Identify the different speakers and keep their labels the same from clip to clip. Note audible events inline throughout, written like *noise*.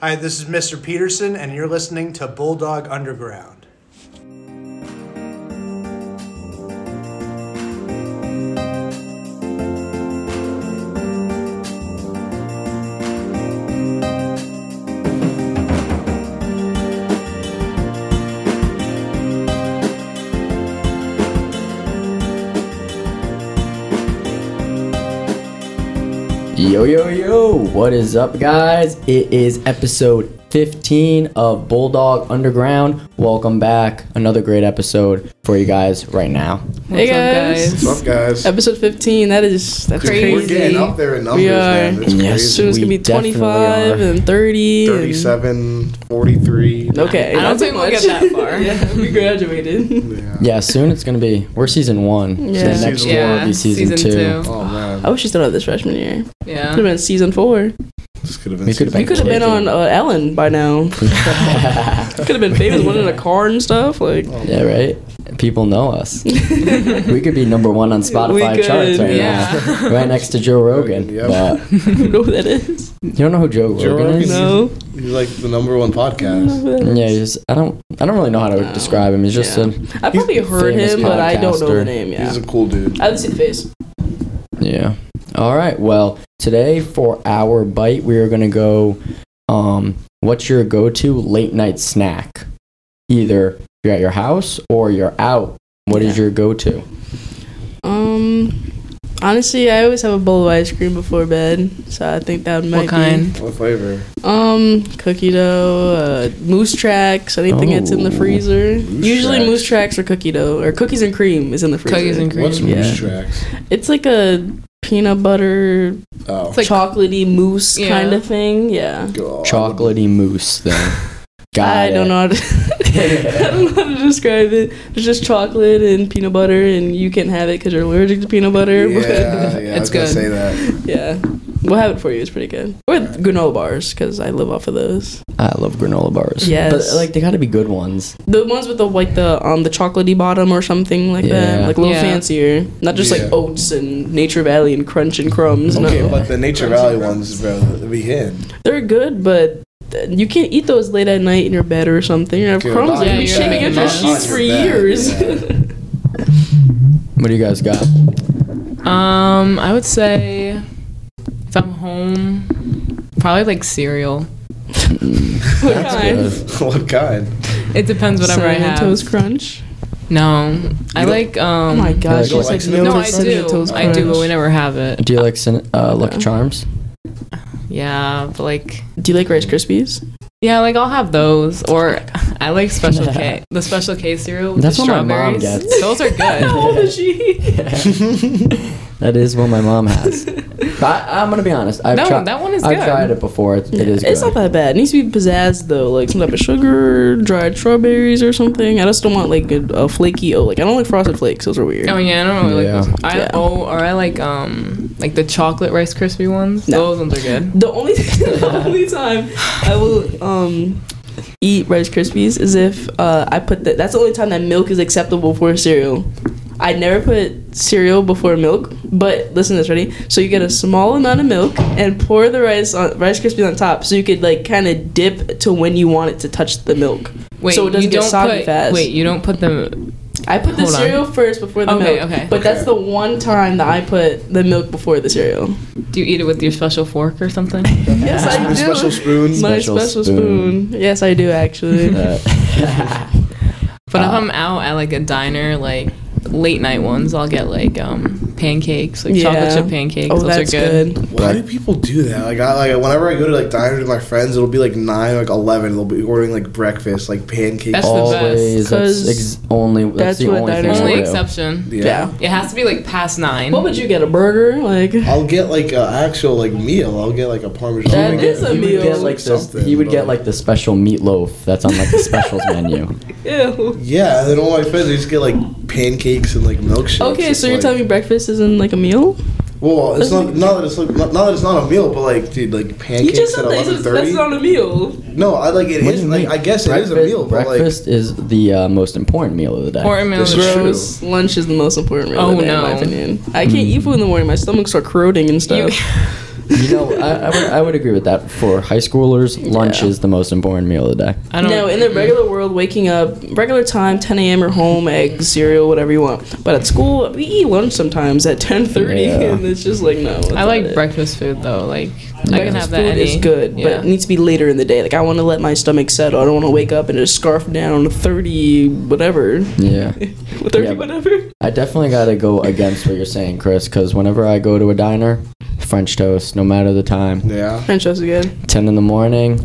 Speaker 1: Hi, this is Mr. Peterson, and you're listening to Bulldog Underground.
Speaker 2: Yo, yo, yo, what is up, guys? It is episode 15 of Bulldog Underground. Welcome back. Another great episode for you guys right now.
Speaker 3: Hey
Speaker 4: What's up,
Speaker 3: guys.
Speaker 4: guys?
Speaker 5: What's up, guys?
Speaker 3: Episode 15. That is that's
Speaker 5: Dude,
Speaker 3: crazy.
Speaker 5: We're getting up there in numbers,
Speaker 3: We
Speaker 5: man.
Speaker 3: are.
Speaker 5: That's
Speaker 2: Yes.
Speaker 5: crazy.
Speaker 3: Soon it's gonna
Speaker 2: We
Speaker 3: be 25
Speaker 2: definitely are.
Speaker 3: and 30. and-
Speaker 5: 37, 43.
Speaker 3: Okay.
Speaker 4: I don't
Speaker 3: not
Speaker 4: think
Speaker 3: too
Speaker 4: we'll
Speaker 3: much.
Speaker 4: get that
Speaker 3: *laughs*
Speaker 4: far.
Speaker 3: yeah, we
Speaker 2: *laughs*
Speaker 3: graduated.
Speaker 5: Yeah.
Speaker 2: Yeah, soon it's going to be. We're season one.
Speaker 3: Yeah.
Speaker 2: So next
Speaker 5: Season
Speaker 2: year will be season, two.
Speaker 5: Oh, man.
Speaker 3: I wish you still had this freshman year. Could have
Speaker 4: Yeah.
Speaker 3: been season four.
Speaker 5: This could have been
Speaker 2: We could've
Speaker 3: We
Speaker 5: season
Speaker 3: could have been on uh, Ellen by now. could have been famous, winning a car and stuff. Like
Speaker 2: *laughs*
Speaker 3: *laughs*
Speaker 2: Yeah, right? People know us. we could be number one on Spotify
Speaker 3: could,
Speaker 2: charts right
Speaker 4: yeah.
Speaker 2: now. Right next to Joe Rogan.
Speaker 5: Yep.
Speaker 2: But
Speaker 3: you know who that is?
Speaker 2: you don't know who Joe,
Speaker 5: Joe
Speaker 2: Rogan
Speaker 5: Rogan
Speaker 2: is?
Speaker 3: No.
Speaker 5: He's like the number one podcast.
Speaker 2: Yeah, he's, I don't I don't really know how to
Speaker 3: No.
Speaker 2: describe him. He's just
Speaker 3: Yeah.
Speaker 2: a
Speaker 3: I probably heard
Speaker 2: famous
Speaker 3: him, but I don't know the
Speaker 2: podcaster.
Speaker 3: name. Yeah.
Speaker 5: He's a cool dude.
Speaker 3: I haven't seen the face.
Speaker 2: Yeah. All right. Well, today for our bite, we are going to go. Um, what's your go to late night snack? Either you're at your house or you're out. What is
Speaker 3: Yeah.
Speaker 2: your go to?
Speaker 3: Um, honestly, I always have a bowl of ice cream before bed, so I think that might
Speaker 4: What kind?
Speaker 5: What flavor?
Speaker 3: Um, cookie dough, uh, moose tracks, anything that's in the
Speaker 2: Oh,
Speaker 3: freezer. Usually
Speaker 5: tracks.
Speaker 3: moose tracks or cookie dough or cookies and cream is in the freezer.
Speaker 4: Cookies and cream.
Speaker 5: What's
Speaker 4: It's
Speaker 5: Moose
Speaker 3: Yeah.
Speaker 5: Tracks?
Speaker 3: It's like a peanut butter,
Speaker 5: Oh,
Speaker 4: like
Speaker 3: chocolatey mousse
Speaker 4: Yeah.
Speaker 3: kind of thing. Yeah.
Speaker 5: God.
Speaker 2: Chocolatey mousse
Speaker 3: *laughs*
Speaker 2: thing. Got
Speaker 3: I don't
Speaker 2: it.
Speaker 3: know. How to, *laughs* I don't know how to describe it. It's just chocolate and peanut butter, and you can't have it because you're allergic to peanut butter. *laughs* *laughs*
Speaker 5: Yeah,
Speaker 3: Yeah.
Speaker 5: yeah, I
Speaker 4: It's
Speaker 5: was gonna
Speaker 4: good.
Speaker 5: say that.
Speaker 3: But yeah, we'll have it for you. It's pretty good. Or granola bars because I live off of those.
Speaker 2: I love granola bars.
Speaker 3: Yes.
Speaker 2: But, like, they got to be good ones.
Speaker 3: The ones with the like the um the chocolatey bottom or something like
Speaker 2: Yeah.
Speaker 3: that, like a little
Speaker 4: Yeah.
Speaker 3: fancier, not just
Speaker 5: Yeah.
Speaker 3: like oats and Nature Valley and Crunch and crumbs.
Speaker 5: Okay,
Speaker 3: no,
Speaker 5: but the Nature Valley ones, bro, we hit.
Speaker 3: they're good, but th- you can't eat those late at night in your bed or something. You have
Speaker 5: Good.
Speaker 3: crumbs like
Speaker 4: Yeah,
Speaker 3: be
Speaker 4: you're
Speaker 3: shaving
Speaker 4: right.
Speaker 3: up your
Speaker 4: Not
Speaker 3: sheets for
Speaker 5: your
Speaker 3: *laughs*
Speaker 5: bed,
Speaker 3: years.
Speaker 5: yeah.
Speaker 2: What do you guys got?
Speaker 4: Um, I would say if I'm home, probably like cereal.
Speaker 3: That's
Speaker 2: good.
Speaker 5: *laughs* what kind?
Speaker 4: It depends whatever I have.
Speaker 3: Toast crunch.
Speaker 4: No, I
Speaker 5: You don't-
Speaker 4: like um.
Speaker 3: Oh my
Speaker 2: don't
Speaker 3: gosh, she's
Speaker 5: like
Speaker 3: like
Speaker 5: cinnamon
Speaker 4: No,
Speaker 5: Toast
Speaker 4: I do.
Speaker 5: Toast
Speaker 4: I do, but we never have it.
Speaker 2: Do you like cin- uh, Lucky
Speaker 3: No.
Speaker 2: Charms?
Speaker 4: Yeah, but like
Speaker 3: Do you like Rice Krispies?
Speaker 4: yeah, like I'll have those or I like special K, the special K cereal. With
Speaker 2: That's
Speaker 4: the
Speaker 2: what my mom
Speaker 4: strawberries.
Speaker 2: gets.
Speaker 4: Those are
Speaker 3: *laughs*
Speaker 4: good.
Speaker 3: How old is she?
Speaker 2: That is what my mom
Speaker 3: *laughs*
Speaker 2: has. but I, I'm going to be honest. I've
Speaker 4: No,
Speaker 2: tri-
Speaker 4: that one is
Speaker 2: I've
Speaker 4: good.
Speaker 2: tried it before. It, it is good.
Speaker 3: It's not that bad. It needs to be pizzazzed though, like some type of sugar, dried strawberries or something. I just don't want like a, a flaky oat. Like I don't like frosted flakes; those are weird.
Speaker 4: Oh yeah, I don't really
Speaker 2: Yeah.
Speaker 4: like those. I
Speaker 3: Yeah.
Speaker 4: oh, or I like um like the chocolate Rice Krispie ones.
Speaker 3: No.
Speaker 4: Those ones are good.
Speaker 3: The only *laughs* the only time I will um eat Rice Krispies is if uh, I put that. That's the only time that milk is acceptable for a cereal. I never put cereal before milk, but listen to this, ready? So you get a small amount of milk and pour the rice on Rice Krispies on top, so you could like kind of dip to when you want it to touch the milk.
Speaker 4: Wait,
Speaker 3: so it doesn't
Speaker 4: you
Speaker 3: get
Speaker 4: don't
Speaker 3: soggy
Speaker 4: put,
Speaker 3: fast.
Speaker 4: Wait, you don't put them.
Speaker 3: I put the
Speaker 4: Hold on.
Speaker 3: cereal first before the
Speaker 4: Okay,
Speaker 3: milk.
Speaker 4: okay.
Speaker 3: But that's the one time that I put the milk before the cereal.
Speaker 4: Do you eat it with your special fork
Speaker 3: *laughs*
Speaker 4: or something?
Speaker 3: Yes, I
Speaker 5: The special spoon.
Speaker 3: My
Speaker 2: Special
Speaker 3: special,
Speaker 2: spoon.
Speaker 3: spoon. Yes, I do actually.
Speaker 2: Uh,
Speaker 3: Uh.
Speaker 4: But if I'm out at like a diner, like late night ones, I'll get like um pancakes, like chocolate
Speaker 3: Yeah.
Speaker 4: chip pancakes.
Speaker 3: oh,
Speaker 4: Those
Speaker 3: that's
Speaker 4: are good.
Speaker 3: good.
Speaker 5: Why do people do that? Like, I, like whenever I go to like diners with my friends, it'll be like nine, like eleven. They'll be ordering like breakfast, like pancakes.
Speaker 4: That's the best.
Speaker 2: always that's
Speaker 3: 'Cause
Speaker 2: ex- only that's,
Speaker 3: that's
Speaker 2: the
Speaker 3: what
Speaker 2: only thing
Speaker 3: diners
Speaker 2: I
Speaker 4: Only
Speaker 2: do.
Speaker 4: exception.
Speaker 5: yeah.
Speaker 3: Yeah.
Speaker 4: It has to be like past nine.
Speaker 3: What would you get? A burger? Like *laughs*
Speaker 5: I'll get like an actual like meal. I'll get like a parmesan.
Speaker 3: That
Speaker 5: I'll
Speaker 2: would
Speaker 5: get-
Speaker 3: is a
Speaker 2: you
Speaker 3: meal.
Speaker 2: Would get, like, the,
Speaker 5: Something,
Speaker 2: he would
Speaker 5: but-
Speaker 2: get like the special meatloaf that's on like the
Speaker 5: *laughs*
Speaker 2: specials menu.
Speaker 3: ew.
Speaker 5: Yeah, and then all my friends they just get like pancakes and like milkshakes.
Speaker 3: Okay,
Speaker 5: It's
Speaker 3: so you're
Speaker 5: like-
Speaker 3: telling me breakfast isn't like a meal?
Speaker 5: Well, it's not not that it's like not, not that it's not a meal, but like dude, like
Speaker 3: You
Speaker 5: pancakes
Speaker 3: just said
Speaker 5: at
Speaker 3: that
Speaker 5: eleven
Speaker 3: it's- that's
Speaker 5: thirty.
Speaker 3: not a meal.
Speaker 5: No, I like it
Speaker 2: What do
Speaker 5: is
Speaker 2: you
Speaker 5: like
Speaker 2: mean?
Speaker 5: I guess it is a meal, but like
Speaker 2: breakfast is the uh, most important meal of the day.
Speaker 4: Or a meal
Speaker 5: That's
Speaker 4: of
Speaker 5: true.
Speaker 4: gross.
Speaker 3: Lunch is the most important meal
Speaker 4: Oh,
Speaker 3: of the day, in my
Speaker 4: no.
Speaker 3: opinion. I can't eat food in the morning. My stomach starts corroding and
Speaker 4: You,
Speaker 3: stuff.
Speaker 2: You know, I, I, would, I would agree with that. For high schoolers, lunch
Speaker 3: Yeah.
Speaker 2: is the most important meal of the day.
Speaker 4: I don't
Speaker 3: no, in the regular world, waking up regular time, 10 a.m. or home, eggs, cereal, whatever you want. But at school, we eat lunch sometimes at 10:30,
Speaker 2: Yeah.
Speaker 3: *laughs* and it's just like no. that's
Speaker 4: I
Speaker 3: not
Speaker 4: like
Speaker 3: it.
Speaker 4: breakfast food though. Like I can
Speaker 3: Breakfast
Speaker 4: have that.
Speaker 3: food
Speaker 4: any.
Speaker 3: is good,
Speaker 4: Yeah.
Speaker 3: but it needs to be later in the day. Like I want to let my stomach settle. I don't want to wake up and just scarf down 30 whatever,
Speaker 2: Yeah.
Speaker 3: 30
Speaker 2: Yeah.
Speaker 3: whatever.
Speaker 2: I definitely got to go against what you're saying, Chris, because whenever I go to a diner, French toast, no matter the time.
Speaker 5: Yeah.
Speaker 3: French toast again.
Speaker 2: 10 in the morning,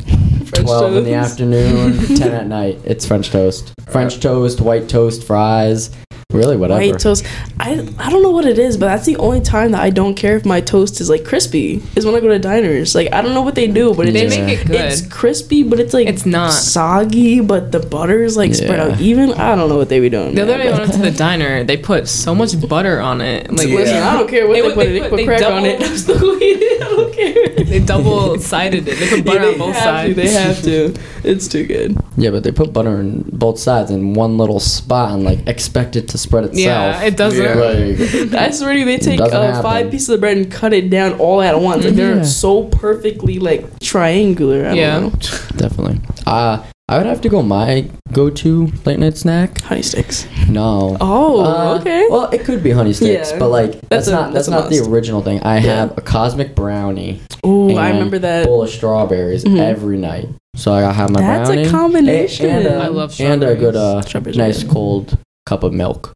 Speaker 3: French
Speaker 2: 12 in the
Speaker 3: toast. *laughs*
Speaker 2: afternoon, 10 at night. It's French toast. French toast, white toast, fries, really whatever.
Speaker 3: White toast. I I don't know what it is, but that's the only time that I don't care if my toast is like crispy. Is when I go to diners. Like I don't know what they do, but it's
Speaker 4: They
Speaker 3: just-
Speaker 4: make it good.
Speaker 3: It's crispy, but it's like
Speaker 4: It's not.
Speaker 3: soggy. But the butter is like spread
Speaker 2: Yeah.
Speaker 3: out even. I don't know what they be doing.
Speaker 4: The
Speaker 3: man,
Speaker 4: other day I
Speaker 3: but-
Speaker 4: went to the diner. They put so much butter on it. Like
Speaker 5: Yeah.
Speaker 4: listen,
Speaker 3: I *laughs* don't care what
Speaker 4: They
Speaker 3: they,
Speaker 4: would-
Speaker 3: put.
Speaker 4: they
Speaker 3: They,
Speaker 4: put-
Speaker 3: put
Speaker 4: they
Speaker 3: crack on
Speaker 4: double- *laughs*
Speaker 3: it. I'm still eating it. I don't care.
Speaker 4: they double sided it. They put butter
Speaker 3: Yeah,
Speaker 4: on
Speaker 3: they
Speaker 4: both
Speaker 3: have
Speaker 4: sides.
Speaker 3: To, they have to. It's too good.
Speaker 2: yeah, but they put butter in both sides in one little spot and like expect it to spread itself.
Speaker 4: *laughs* yeah, it doesn't.
Speaker 5: Yeah.
Speaker 2: Like,
Speaker 3: I swear to you, they take
Speaker 2: doesn't
Speaker 3: uh,
Speaker 2: happen.
Speaker 3: five pieces of bread and cut it down all at once. Like they're
Speaker 2: Yeah.
Speaker 3: so perfectly like triangular. I don't
Speaker 4: Yeah.
Speaker 3: know.
Speaker 2: definitely. Uh, I would have to go my go to late night snack.
Speaker 3: Honey sticks.
Speaker 2: No.
Speaker 3: Oh,
Speaker 2: Uh,
Speaker 3: okay.
Speaker 2: Well, it could be honey sticks,
Speaker 3: Yeah.
Speaker 2: but like that's,
Speaker 3: That's a-
Speaker 2: not that's,
Speaker 3: that's a
Speaker 2: not the
Speaker 3: must.
Speaker 2: original thing. I
Speaker 3: Yeah. Uh,
Speaker 2: have a cosmic brownie,
Speaker 3: Ooh, I
Speaker 2: and
Speaker 3: remember that.
Speaker 2: bowl of strawberries
Speaker 3: Mhm.
Speaker 2: every night. So I have my
Speaker 3: That's a
Speaker 2: brownie. a-
Speaker 3: combination.
Speaker 2: And, a-
Speaker 4: I love
Speaker 2: and a good uh,
Speaker 3: Strawberries are
Speaker 2: nice
Speaker 3: good.
Speaker 2: cold cup of milk.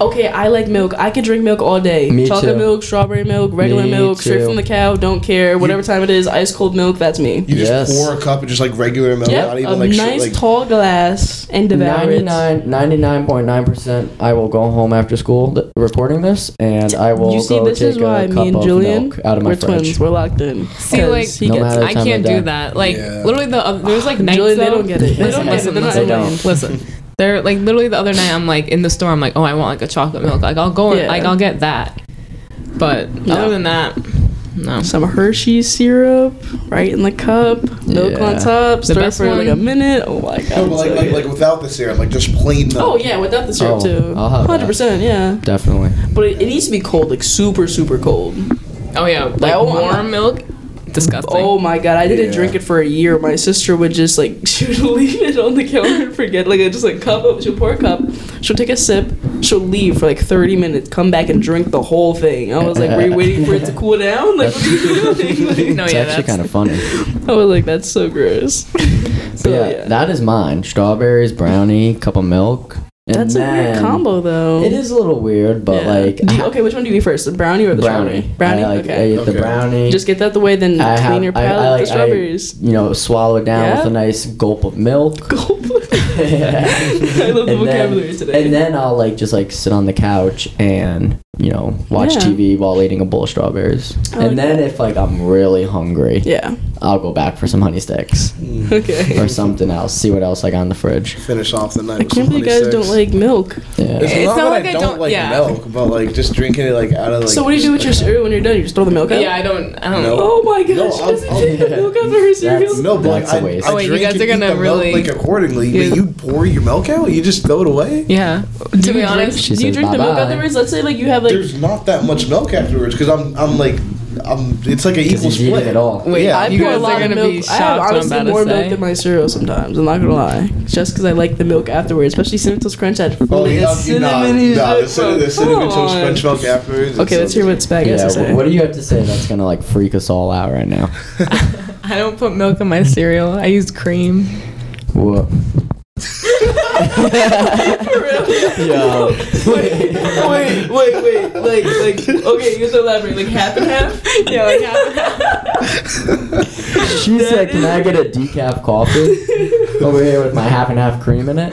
Speaker 3: Okay, I like milk. I could drink milk all day.
Speaker 2: Me
Speaker 3: Chocolate
Speaker 2: too.
Speaker 3: milk, strawberry milk, regular
Speaker 2: Me
Speaker 3: milk, straight
Speaker 2: too.
Speaker 3: from the cow. Don't care. Whatever time it is, ice cold milk. That's me.
Speaker 5: You just
Speaker 2: Yes.
Speaker 5: pour a cup of just like regular milk,
Speaker 3: Yep,
Speaker 5: not
Speaker 3: a
Speaker 5: even like
Speaker 3: nice
Speaker 5: shit, like
Speaker 3: tall glass and devour it.
Speaker 2: 99 99.9% I will go home after school th- reporting this and I will
Speaker 3: You see,
Speaker 2: go
Speaker 3: this
Speaker 2: take
Speaker 3: is why
Speaker 2: a
Speaker 3: me
Speaker 2: cup
Speaker 3: and
Speaker 2: of
Speaker 3: Julian,
Speaker 2: milk out of my
Speaker 3: We're
Speaker 2: fridge.
Speaker 3: twins. We're locked in.
Speaker 4: See, like,
Speaker 3: 'Cause he
Speaker 2: No
Speaker 3: gets
Speaker 2: matter-
Speaker 3: it.
Speaker 2: Other
Speaker 4: I
Speaker 2: time
Speaker 4: can't
Speaker 2: of day.
Speaker 4: do that. Like
Speaker 5: Yeah.
Speaker 4: literally the other,
Speaker 3: *sighs*
Speaker 4: there's like nights
Speaker 3: Julian, they
Speaker 4: though-
Speaker 3: don't
Speaker 4: *laughs*
Speaker 3: get it.
Speaker 4: They don't get it. They're not
Speaker 2: They
Speaker 4: Italian.
Speaker 2: don't.
Speaker 4: Listen, they're like literally the other night. I'm like in the store. I'm like, oh, I want like a chocolate milk. Like I'll go.
Speaker 3: Yeah.
Speaker 4: and Like I'll get that. But
Speaker 3: No.
Speaker 4: other than that, no.
Speaker 3: Some Hershey's syrup right in the cup, milk
Speaker 2: Yeah.
Speaker 3: on top, stir
Speaker 4: best
Speaker 3: for like a
Speaker 4: one-
Speaker 3: minute. Oh my god.
Speaker 5: No, but like,
Speaker 3: so
Speaker 5: like,
Speaker 3: good.
Speaker 5: like without the syrup, like just plain milk.
Speaker 3: oh yeah, without the syrup
Speaker 2: Oh,
Speaker 3: too.
Speaker 2: I'll have that.
Speaker 3: 100%, yeah. *laughs*
Speaker 2: Definitely.
Speaker 3: But it, it needs to be cold, like super, super cold.
Speaker 4: Oh yeah, like
Speaker 3: oh,
Speaker 4: warm
Speaker 3: I'm-
Speaker 4: milk. Disgusting.
Speaker 3: Oh my god, I didn't
Speaker 5: Yeah.
Speaker 3: drink it for a year. My sister would just like *laughs* she would leave it on the counter and forget like just a cup of she'll pour a cup, she'll take a sip, she'll leave for like thirty minutes, come back and drink the whole thing. I was like, Were you waiting for it to cool down? Like what
Speaker 2: *laughs*
Speaker 3: are you doing? *laughs*
Speaker 4: *laughs* no,
Speaker 2: it's
Speaker 3: Like,
Speaker 4: yeah,
Speaker 2: actually
Speaker 4: that's
Speaker 2: kind of funny.
Speaker 3: *laughs* I was like, That's so gross. *laughs* so
Speaker 2: yeah,
Speaker 3: yeah.
Speaker 2: that is mine. Strawberries, brownie, cup of milk. and
Speaker 3: that's a weird
Speaker 2: then-
Speaker 3: combo though.
Speaker 2: It is a little weird, but
Speaker 3: Yeah.
Speaker 2: like
Speaker 3: Do you-
Speaker 2: *laughs*
Speaker 3: okay, which one do you eat first? The brownie or the
Speaker 2: brownie,
Speaker 3: strawberry? Brownie?
Speaker 2: I like I
Speaker 3: okay.
Speaker 2: eat the
Speaker 5: Okay.
Speaker 2: brownie.
Speaker 3: Just get that the way, then
Speaker 2: I
Speaker 3: clean
Speaker 2: have-
Speaker 3: your
Speaker 2: I- I
Speaker 3: palate
Speaker 2: like- I-
Speaker 3: with the
Speaker 2: *laughs*
Speaker 3: strawberries.
Speaker 2: you know, swallow it down with
Speaker 3: Yeah?
Speaker 2: a nice gulp of
Speaker 3: *laughs*
Speaker 2: milk. *laughs*
Speaker 3: I love the
Speaker 2: And then-
Speaker 3: vocabulary today.
Speaker 2: And then I'll like just like sit on the couch and you know watch
Speaker 3: Yeah.
Speaker 2: TV while eating a bowl of strawberries.
Speaker 3: I like
Speaker 2: and then if like I'm really hungry,
Speaker 3: yeah.
Speaker 2: I'll go back for some honey sticks
Speaker 3: Okay. *laughs*
Speaker 2: or something else. See what else I got in the fridge.
Speaker 5: Finish off the night.
Speaker 3: I
Speaker 5: with some
Speaker 3: can't believe you guys
Speaker 5: 26.
Speaker 3: don't like milk.
Speaker 2: Yeah.
Speaker 5: It's, not, like I don't, like
Speaker 4: yeah.
Speaker 5: milk, but like just drinking it like out of like.
Speaker 3: so what do you do with *laughs* your cereal when you're done? You just throw the milk out?
Speaker 4: Yeah, I don't. I don't.
Speaker 5: No.
Speaker 3: Oh my gosh,
Speaker 5: No,
Speaker 3: she
Speaker 5: I'll-
Speaker 3: doesn't
Speaker 5: I'll-
Speaker 3: take the milk out of her cereal.
Speaker 5: No, but like,
Speaker 2: That's a
Speaker 5: I,
Speaker 2: waste.
Speaker 5: I
Speaker 4: Oh, wait, you
Speaker 5: drink
Speaker 4: guys
Speaker 5: and
Speaker 4: are gonna
Speaker 5: eat the
Speaker 4: really-
Speaker 5: milk, like accordingly.
Speaker 4: Yeah.
Speaker 5: But you pour your milk out, you just throw it away.
Speaker 4: Yeah. To be honest,
Speaker 2: She
Speaker 3: do you
Speaker 2: says
Speaker 3: drink the milk
Speaker 2: bye-bye.
Speaker 3: afterwards? Let's say like you have like
Speaker 5: There's not that much milk afterwards because I'm I'm like I'm. It's like an equal
Speaker 2: he's eating
Speaker 5: split.
Speaker 2: it all.
Speaker 4: Wait,
Speaker 5: yeah,
Speaker 3: I
Speaker 4: I You
Speaker 3: pour a
Speaker 4: guys are
Speaker 3: lot of
Speaker 4: gonna
Speaker 3: milk.
Speaker 4: be
Speaker 3: I
Speaker 4: shocked
Speaker 3: have
Speaker 4: what I'm
Speaker 3: honestly
Speaker 4: about to
Speaker 3: more
Speaker 4: say.
Speaker 3: milk than my cereal sometimes. I'm not gonna lie, just because I like the milk afterwards, especially cinnamon toast crunch. I'd
Speaker 5: Oh,
Speaker 3: fully-
Speaker 5: you
Speaker 3: it's
Speaker 5: know, you know,
Speaker 3: cinnamony
Speaker 5: no, the
Speaker 3: shit,
Speaker 5: cinnamon,
Speaker 3: bro.
Speaker 5: the cinnamon
Speaker 3: Come
Speaker 5: toast
Speaker 3: on.
Speaker 5: crunch milk afterwards.
Speaker 3: Okay, let's hear what Spag has
Speaker 2: Yeah,
Speaker 3: to
Speaker 2: wh-
Speaker 3: say. *laughs*
Speaker 2: what do you have to say that's gonna like freak us all out right now?
Speaker 4: I don't put milk in my cereal. I use cream.
Speaker 2: Whoa.
Speaker 3: *laughs*
Speaker 2: Yo.
Speaker 3: wait, wait, wait, like, like, okay, you have to elaborate, like half and half.
Speaker 4: Yeah, like half and half.
Speaker 2: *laughs* She said, "Can I get a decaf
Speaker 3: *laughs*
Speaker 2: coffee over here with my half and half cream in it?"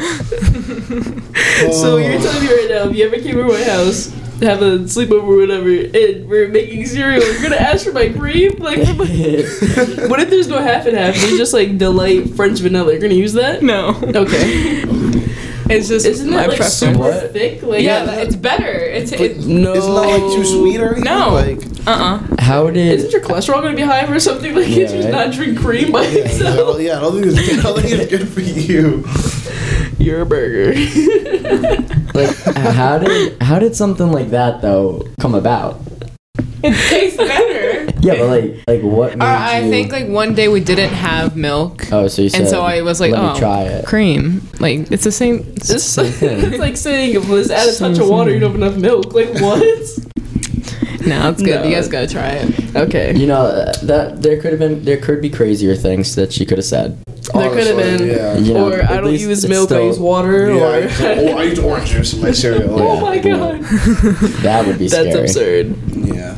Speaker 3: So you're telling me right now, if you ever came over my house, have a sleepover or whatever, and we're making cereal, you're gonna ask for my cream? Like,
Speaker 4: *laughs*
Speaker 3: for my- what if there's no half and half? There's just like delight French vanilla. You're gonna use that?
Speaker 4: *laughs* No.
Speaker 3: Okay.
Speaker 4: It's just
Speaker 3: Isn't
Speaker 4: my
Speaker 3: that like
Speaker 4: preference.
Speaker 3: super
Speaker 2: What?
Speaker 3: thick? Like,
Speaker 4: yeah, but it's better. It's, it's
Speaker 3: no.
Speaker 5: It's not Oh, like too sweet or anything.
Speaker 4: No.
Speaker 5: Like,
Speaker 4: uh uh
Speaker 2: How
Speaker 3: Isn't
Speaker 2: did?
Speaker 3: your cholesterol gonna be high or something? Like,
Speaker 2: Yeah,
Speaker 3: it's just
Speaker 2: right?
Speaker 3: not drink cream by
Speaker 5: yeah, I
Speaker 3: itself.
Speaker 2: *laughs*
Speaker 5: don't- yeah, I don't think it's, I don't think it's good for you.
Speaker 3: You're a burger.
Speaker 2: Like, how did? How did something like that though come about?
Speaker 3: *laughs*
Speaker 4: It tastes better.
Speaker 2: Yeah, but like, like
Speaker 3: Uh,
Speaker 2: what? Made
Speaker 4: Or I
Speaker 2: you-
Speaker 4: think like one day we didn't have milk,
Speaker 2: Oh, so you said.
Speaker 4: and so I was like,
Speaker 2: let
Speaker 4: oh,
Speaker 2: me try it.
Speaker 4: cream. Like it's the same. it's-
Speaker 3: It's, it's like saying if it's add a touch
Speaker 4: *laughs*
Speaker 3: of water, you don't have enough milk. Like what?
Speaker 4: no, it's good.
Speaker 3: No.
Speaker 4: You guys gotta try it.
Speaker 3: Okay.
Speaker 2: You know uh, that there could have been there could be crazier things that she could have said.
Speaker 3: There could have
Speaker 5: Honestly,
Speaker 3: been.
Speaker 5: Yeah.
Speaker 2: You know,
Speaker 3: or
Speaker 2: at
Speaker 3: I don't
Speaker 2: least
Speaker 3: use
Speaker 2: it's
Speaker 3: milk, I
Speaker 2: still-
Speaker 3: use water.
Speaker 5: Yeah, I,
Speaker 3: or
Speaker 5: used,
Speaker 3: *laughs*
Speaker 5: *laughs* oh, I used orange juice in my cereal.
Speaker 3: Oh
Speaker 5: Yeah.
Speaker 3: my god.
Speaker 2: That would be
Speaker 3: *laughs* That's
Speaker 2: scary.
Speaker 3: absurd.
Speaker 5: yeah.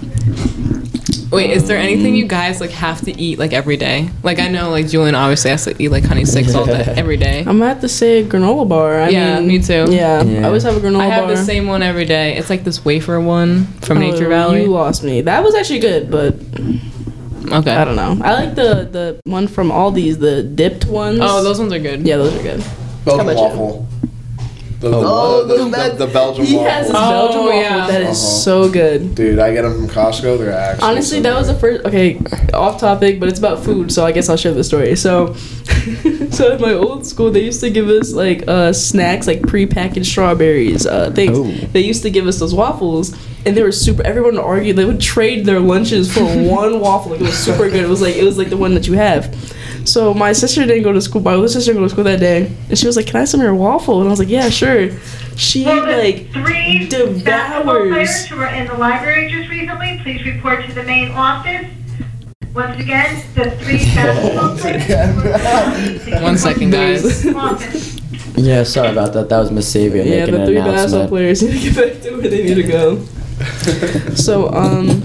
Speaker 4: Wait, is there anything you guys like have to eat like every day? Like I know like Julian obviously has to eat like honey sticks all *laughs* day every day.
Speaker 3: I'm gonna have to say a granola bar. I
Speaker 4: Yeah,
Speaker 3: mean,
Speaker 4: me too.
Speaker 3: Yeah,
Speaker 2: Yeah.
Speaker 3: I always have a granola
Speaker 4: I have
Speaker 3: bar.
Speaker 4: the same one every day. It's like this wafer one from
Speaker 3: Oh,
Speaker 4: Nature Valley.
Speaker 3: You lost me. That was actually good, but
Speaker 4: okay.
Speaker 3: I don't know. I like the the one from Aldi's, the dipped ones.
Speaker 4: Oh, those ones are good.
Speaker 3: Yeah, those are good.
Speaker 5: Belgian
Speaker 3: about you?
Speaker 5: waffle. The,
Speaker 2: Oh,
Speaker 5: the, the, the, the
Speaker 3: *laughs*
Speaker 5: Belgian
Speaker 3: He
Speaker 5: waffle.
Speaker 3: has this
Speaker 4: Oh,
Speaker 3: Belgian waffle
Speaker 4: yeah.
Speaker 3: that is
Speaker 5: Uh-huh.
Speaker 3: so good.
Speaker 5: Dude, I get them from Costco. They're actually.
Speaker 3: Honestly,
Speaker 5: so
Speaker 3: that was the
Speaker 5: good.
Speaker 3: first. Okay, off topic, but it's about food, so I guess I'll share the story. So, *laughs* so in my old school, they used to give us like uh, snacks, like prepackaged strawberries, uh, things.
Speaker 2: Ooh.
Speaker 3: They used to give us those waffles, and they were super. Everyone would argue they would trade their lunches
Speaker 2: *laughs*
Speaker 3: for one waffle. Like, it was super good. It was like it was like the one that you have. So my sister didn't go to school. My older sister didn't go to school that day, and she was like, "Can I have some of your waffle?" And I was like, "Yeah, sure." She like
Speaker 6: three
Speaker 3: devours.
Speaker 6: basketball players who were in the library just recently. Please report to the main office. Once again, the three basketball players. who were-
Speaker 4: One second, guys.
Speaker 6: Office.
Speaker 2: Yeah, sorry about that. That was Miss Savia
Speaker 3: Yeah,
Speaker 2: making
Speaker 3: the
Speaker 2: an
Speaker 3: three basketball
Speaker 2: announcement.
Speaker 3: players need to get back to where they need to go. so um,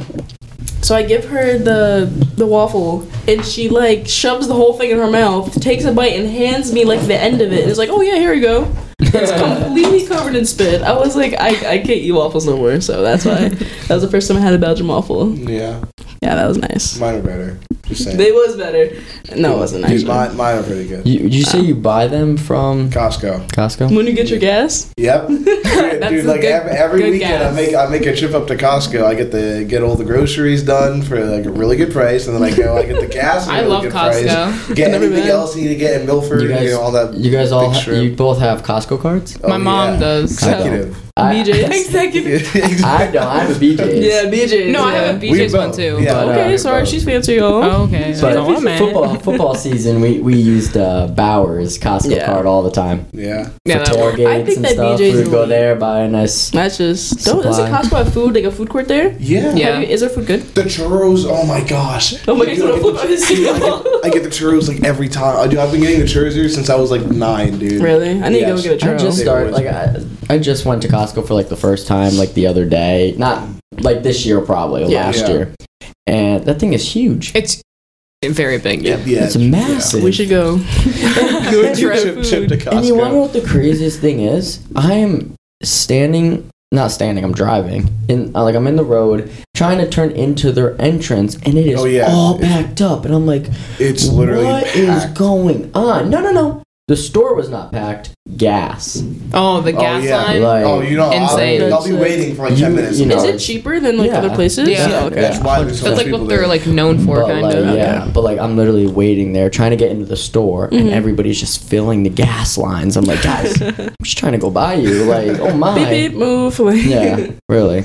Speaker 3: so I give her the the waffle, and she like shoves the whole thing in her mouth, takes a bite, and hands me like the end of it. And it's like, oh yeah, here we go.
Speaker 4: *laughs*
Speaker 3: It's completely covered in spit. I was like, I, I can't eat waffles no more, so that's
Speaker 4: *laughs*
Speaker 3: why that was the first time I had a Belgian waffle.
Speaker 5: *laughs* Yeah,
Speaker 3: Yeah, that was nice.
Speaker 5: mine are better. Just saying.
Speaker 3: They was better. No, it wasn't
Speaker 5: Dude,
Speaker 3: actually.
Speaker 5: mine, mine are pretty good.
Speaker 2: You you say you buy them from
Speaker 5: Costco.
Speaker 2: Costco?
Speaker 3: When you get your gas, *laughs*
Speaker 5: Yep. Dude,
Speaker 4: a
Speaker 5: dude, like
Speaker 4: good-
Speaker 5: ev- every
Speaker 4: good
Speaker 5: weekend,
Speaker 4: guess.
Speaker 5: I make I make a trip up to Costco. I get the get all the groceries done for like a really good price, and then I go.
Speaker 3: *laughs*
Speaker 5: I get the gas. At
Speaker 4: I
Speaker 5: a really
Speaker 4: love
Speaker 5: good
Speaker 4: Costco.
Speaker 5: Price. Get
Speaker 3: Never
Speaker 5: anything
Speaker 3: been.
Speaker 5: else you need to get in Milford.
Speaker 2: You
Speaker 5: You,
Speaker 2: guys-
Speaker 5: know, all that.
Speaker 2: You guys all
Speaker 5: big
Speaker 2: ha-
Speaker 5: shrimp.
Speaker 2: you both have Costco cards?
Speaker 5: Oh,
Speaker 4: My mom
Speaker 5: yeah.
Speaker 4: does.
Speaker 2: I don't.
Speaker 5: Executive.
Speaker 2: I,
Speaker 4: *laughs*
Speaker 3: BJ's.
Speaker 4: Executive.
Speaker 2: *laughs* I don't. I have a *laughs* BJ's.
Speaker 3: *laughs* yeah, BJ's.
Speaker 4: No, I
Speaker 3: yeah.
Speaker 4: have a
Speaker 5: We
Speaker 4: BJ's one
Speaker 5: both.
Speaker 4: too.
Speaker 5: Yeah,
Speaker 2: But, uh,
Speaker 3: Okay, sorry, she's fancy, y'all.
Speaker 4: Oh, okay.
Speaker 2: But
Speaker 4: Don't want it.
Speaker 2: football football season, we, we used uh, Bowers Costco
Speaker 3: Yeah.
Speaker 2: card all the time
Speaker 5: Yeah.
Speaker 4: Yeah,
Speaker 2: for
Speaker 4: that one.
Speaker 2: tailgates
Speaker 3: I think
Speaker 2: and
Speaker 3: that
Speaker 2: stuff.
Speaker 3: BJ's
Speaker 2: We'd go
Speaker 3: elite.
Speaker 2: there, buy a nice.
Speaker 3: That's just. Don't, does it
Speaker 2: Supply.
Speaker 3: Costco have food like a food court there?
Speaker 5: Yeah.
Speaker 4: Yeah.
Speaker 3: Have you- is there food good?
Speaker 5: The churros. Oh my gosh.
Speaker 3: Oh
Speaker 4: *laughs*
Speaker 3: my
Speaker 5: Dude,
Speaker 3: god, I'm gonna
Speaker 5: I get
Speaker 3: flip
Speaker 5: the-
Speaker 3: out his
Speaker 5: I get, I get the churros like every time. I do. I've been getting the churros here since I was like nine, dude.
Speaker 3: Really? I need
Speaker 5: Yes.
Speaker 3: to go get a
Speaker 2: I
Speaker 3: churro.
Speaker 2: just
Speaker 5: They
Speaker 2: started
Speaker 5: always-
Speaker 2: like I, I just went to Costco for like the first time like the other day, not like this year probably or
Speaker 3: Yeah.
Speaker 2: last
Speaker 5: Yeah.
Speaker 2: year, and that thing is huge.
Speaker 4: It's very big.
Speaker 5: Yeah.
Speaker 4: Yeah.
Speaker 5: yeah.
Speaker 2: It's massive.
Speaker 3: we should go. go
Speaker 5: Chip,
Speaker 3: try
Speaker 5: chip, chip to
Speaker 3: food.
Speaker 2: And you
Speaker 5: Costco.
Speaker 2: wonder what the craziest thing is? I am standing, not standing. I'm driving, and uh, like I'm in the road trying to turn into their entrance, and it is
Speaker 5: Oh, yeah.
Speaker 2: all packed up, and I'm like,
Speaker 5: It's literally
Speaker 2: what is
Speaker 5: packed.
Speaker 2: going on? No, no, no. The store was not packed. Gas.
Speaker 4: Oh, the
Speaker 5: Oh,
Speaker 4: gas
Speaker 5: yeah.
Speaker 4: line.
Speaker 2: Like,
Speaker 5: Oh, you know,
Speaker 4: Insane.
Speaker 5: I'll, I'll be waiting for like
Speaker 2: You-
Speaker 5: ten minutes.
Speaker 2: you know,
Speaker 3: Is it cheaper than like
Speaker 2: Yeah.
Speaker 3: other places?
Speaker 4: Yeah.
Speaker 2: Yeah,
Speaker 3: okay.
Speaker 5: That's why there's so
Speaker 4: That's
Speaker 5: much
Speaker 4: like
Speaker 5: people
Speaker 4: what they're
Speaker 5: there.
Speaker 4: like known for,
Speaker 2: but
Speaker 4: kind
Speaker 2: like,
Speaker 4: of.
Speaker 2: yeah, but like I'm literally waiting there, trying to get into the store, and everybody's just filling the gas lines. I'm like, guys, I'm just trying to go by you. Like, oh my.
Speaker 3: Beep beep move. *laughs* Like,
Speaker 2: Yeah, really.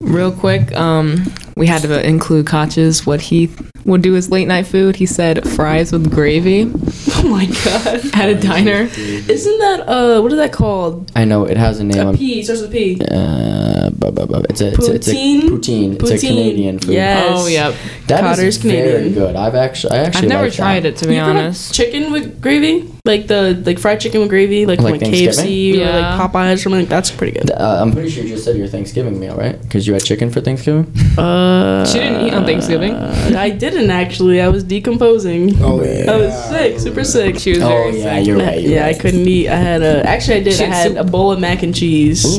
Speaker 4: Real quick, um, we had to include Koch's what he would do as late night food. He said fries with gravy
Speaker 3: Oh my god.
Speaker 4: at a diner.
Speaker 3: Isn't that uh what is that called?
Speaker 2: I know it has a name.
Speaker 3: A
Speaker 2: I'm-
Speaker 3: P it starts with P.
Speaker 2: uh, bu- bu- bu- it's a it's a, it's a
Speaker 3: Poutine?
Speaker 2: poutine. It's a
Speaker 3: Poutine.
Speaker 2: Canadian food.
Speaker 3: Yes.
Speaker 4: Oh, yep.
Speaker 2: That is
Speaker 3: Cotter's
Speaker 2: very
Speaker 3: Canadian.
Speaker 2: good. I've actually I
Speaker 4: I've
Speaker 2: actually
Speaker 4: never
Speaker 2: like that.
Speaker 4: tried it to be
Speaker 3: You ever had
Speaker 4: honest.
Speaker 3: chicken with gravy? Like the like fried chicken with gravy, like,
Speaker 2: Like
Speaker 3: from like KFC
Speaker 4: Thanksgiving?
Speaker 3: or
Speaker 4: Yeah.
Speaker 3: like Popeyes or something. like- That's pretty good.
Speaker 2: Th- Uh, I'm pretty sure you just said your Thanksgiving meal, right? Because you had chicken for Thanksgiving.
Speaker 3: Uh,
Speaker 4: She didn't eat on Thanksgiving.
Speaker 3: I didn't actually. I was decomposing.
Speaker 5: Oh yeah.
Speaker 3: I was sick, super sick.
Speaker 4: She was
Speaker 2: Oh
Speaker 4: very
Speaker 2: yeah,
Speaker 3: *laughs*
Speaker 4: sick.
Speaker 2: you're right. You're
Speaker 3: Yeah, I
Speaker 2: right.
Speaker 3: couldn't eat. I had a actually I did. I
Speaker 4: Shit,
Speaker 3: had
Speaker 4: soup.
Speaker 3: a bowl of mac and cheese.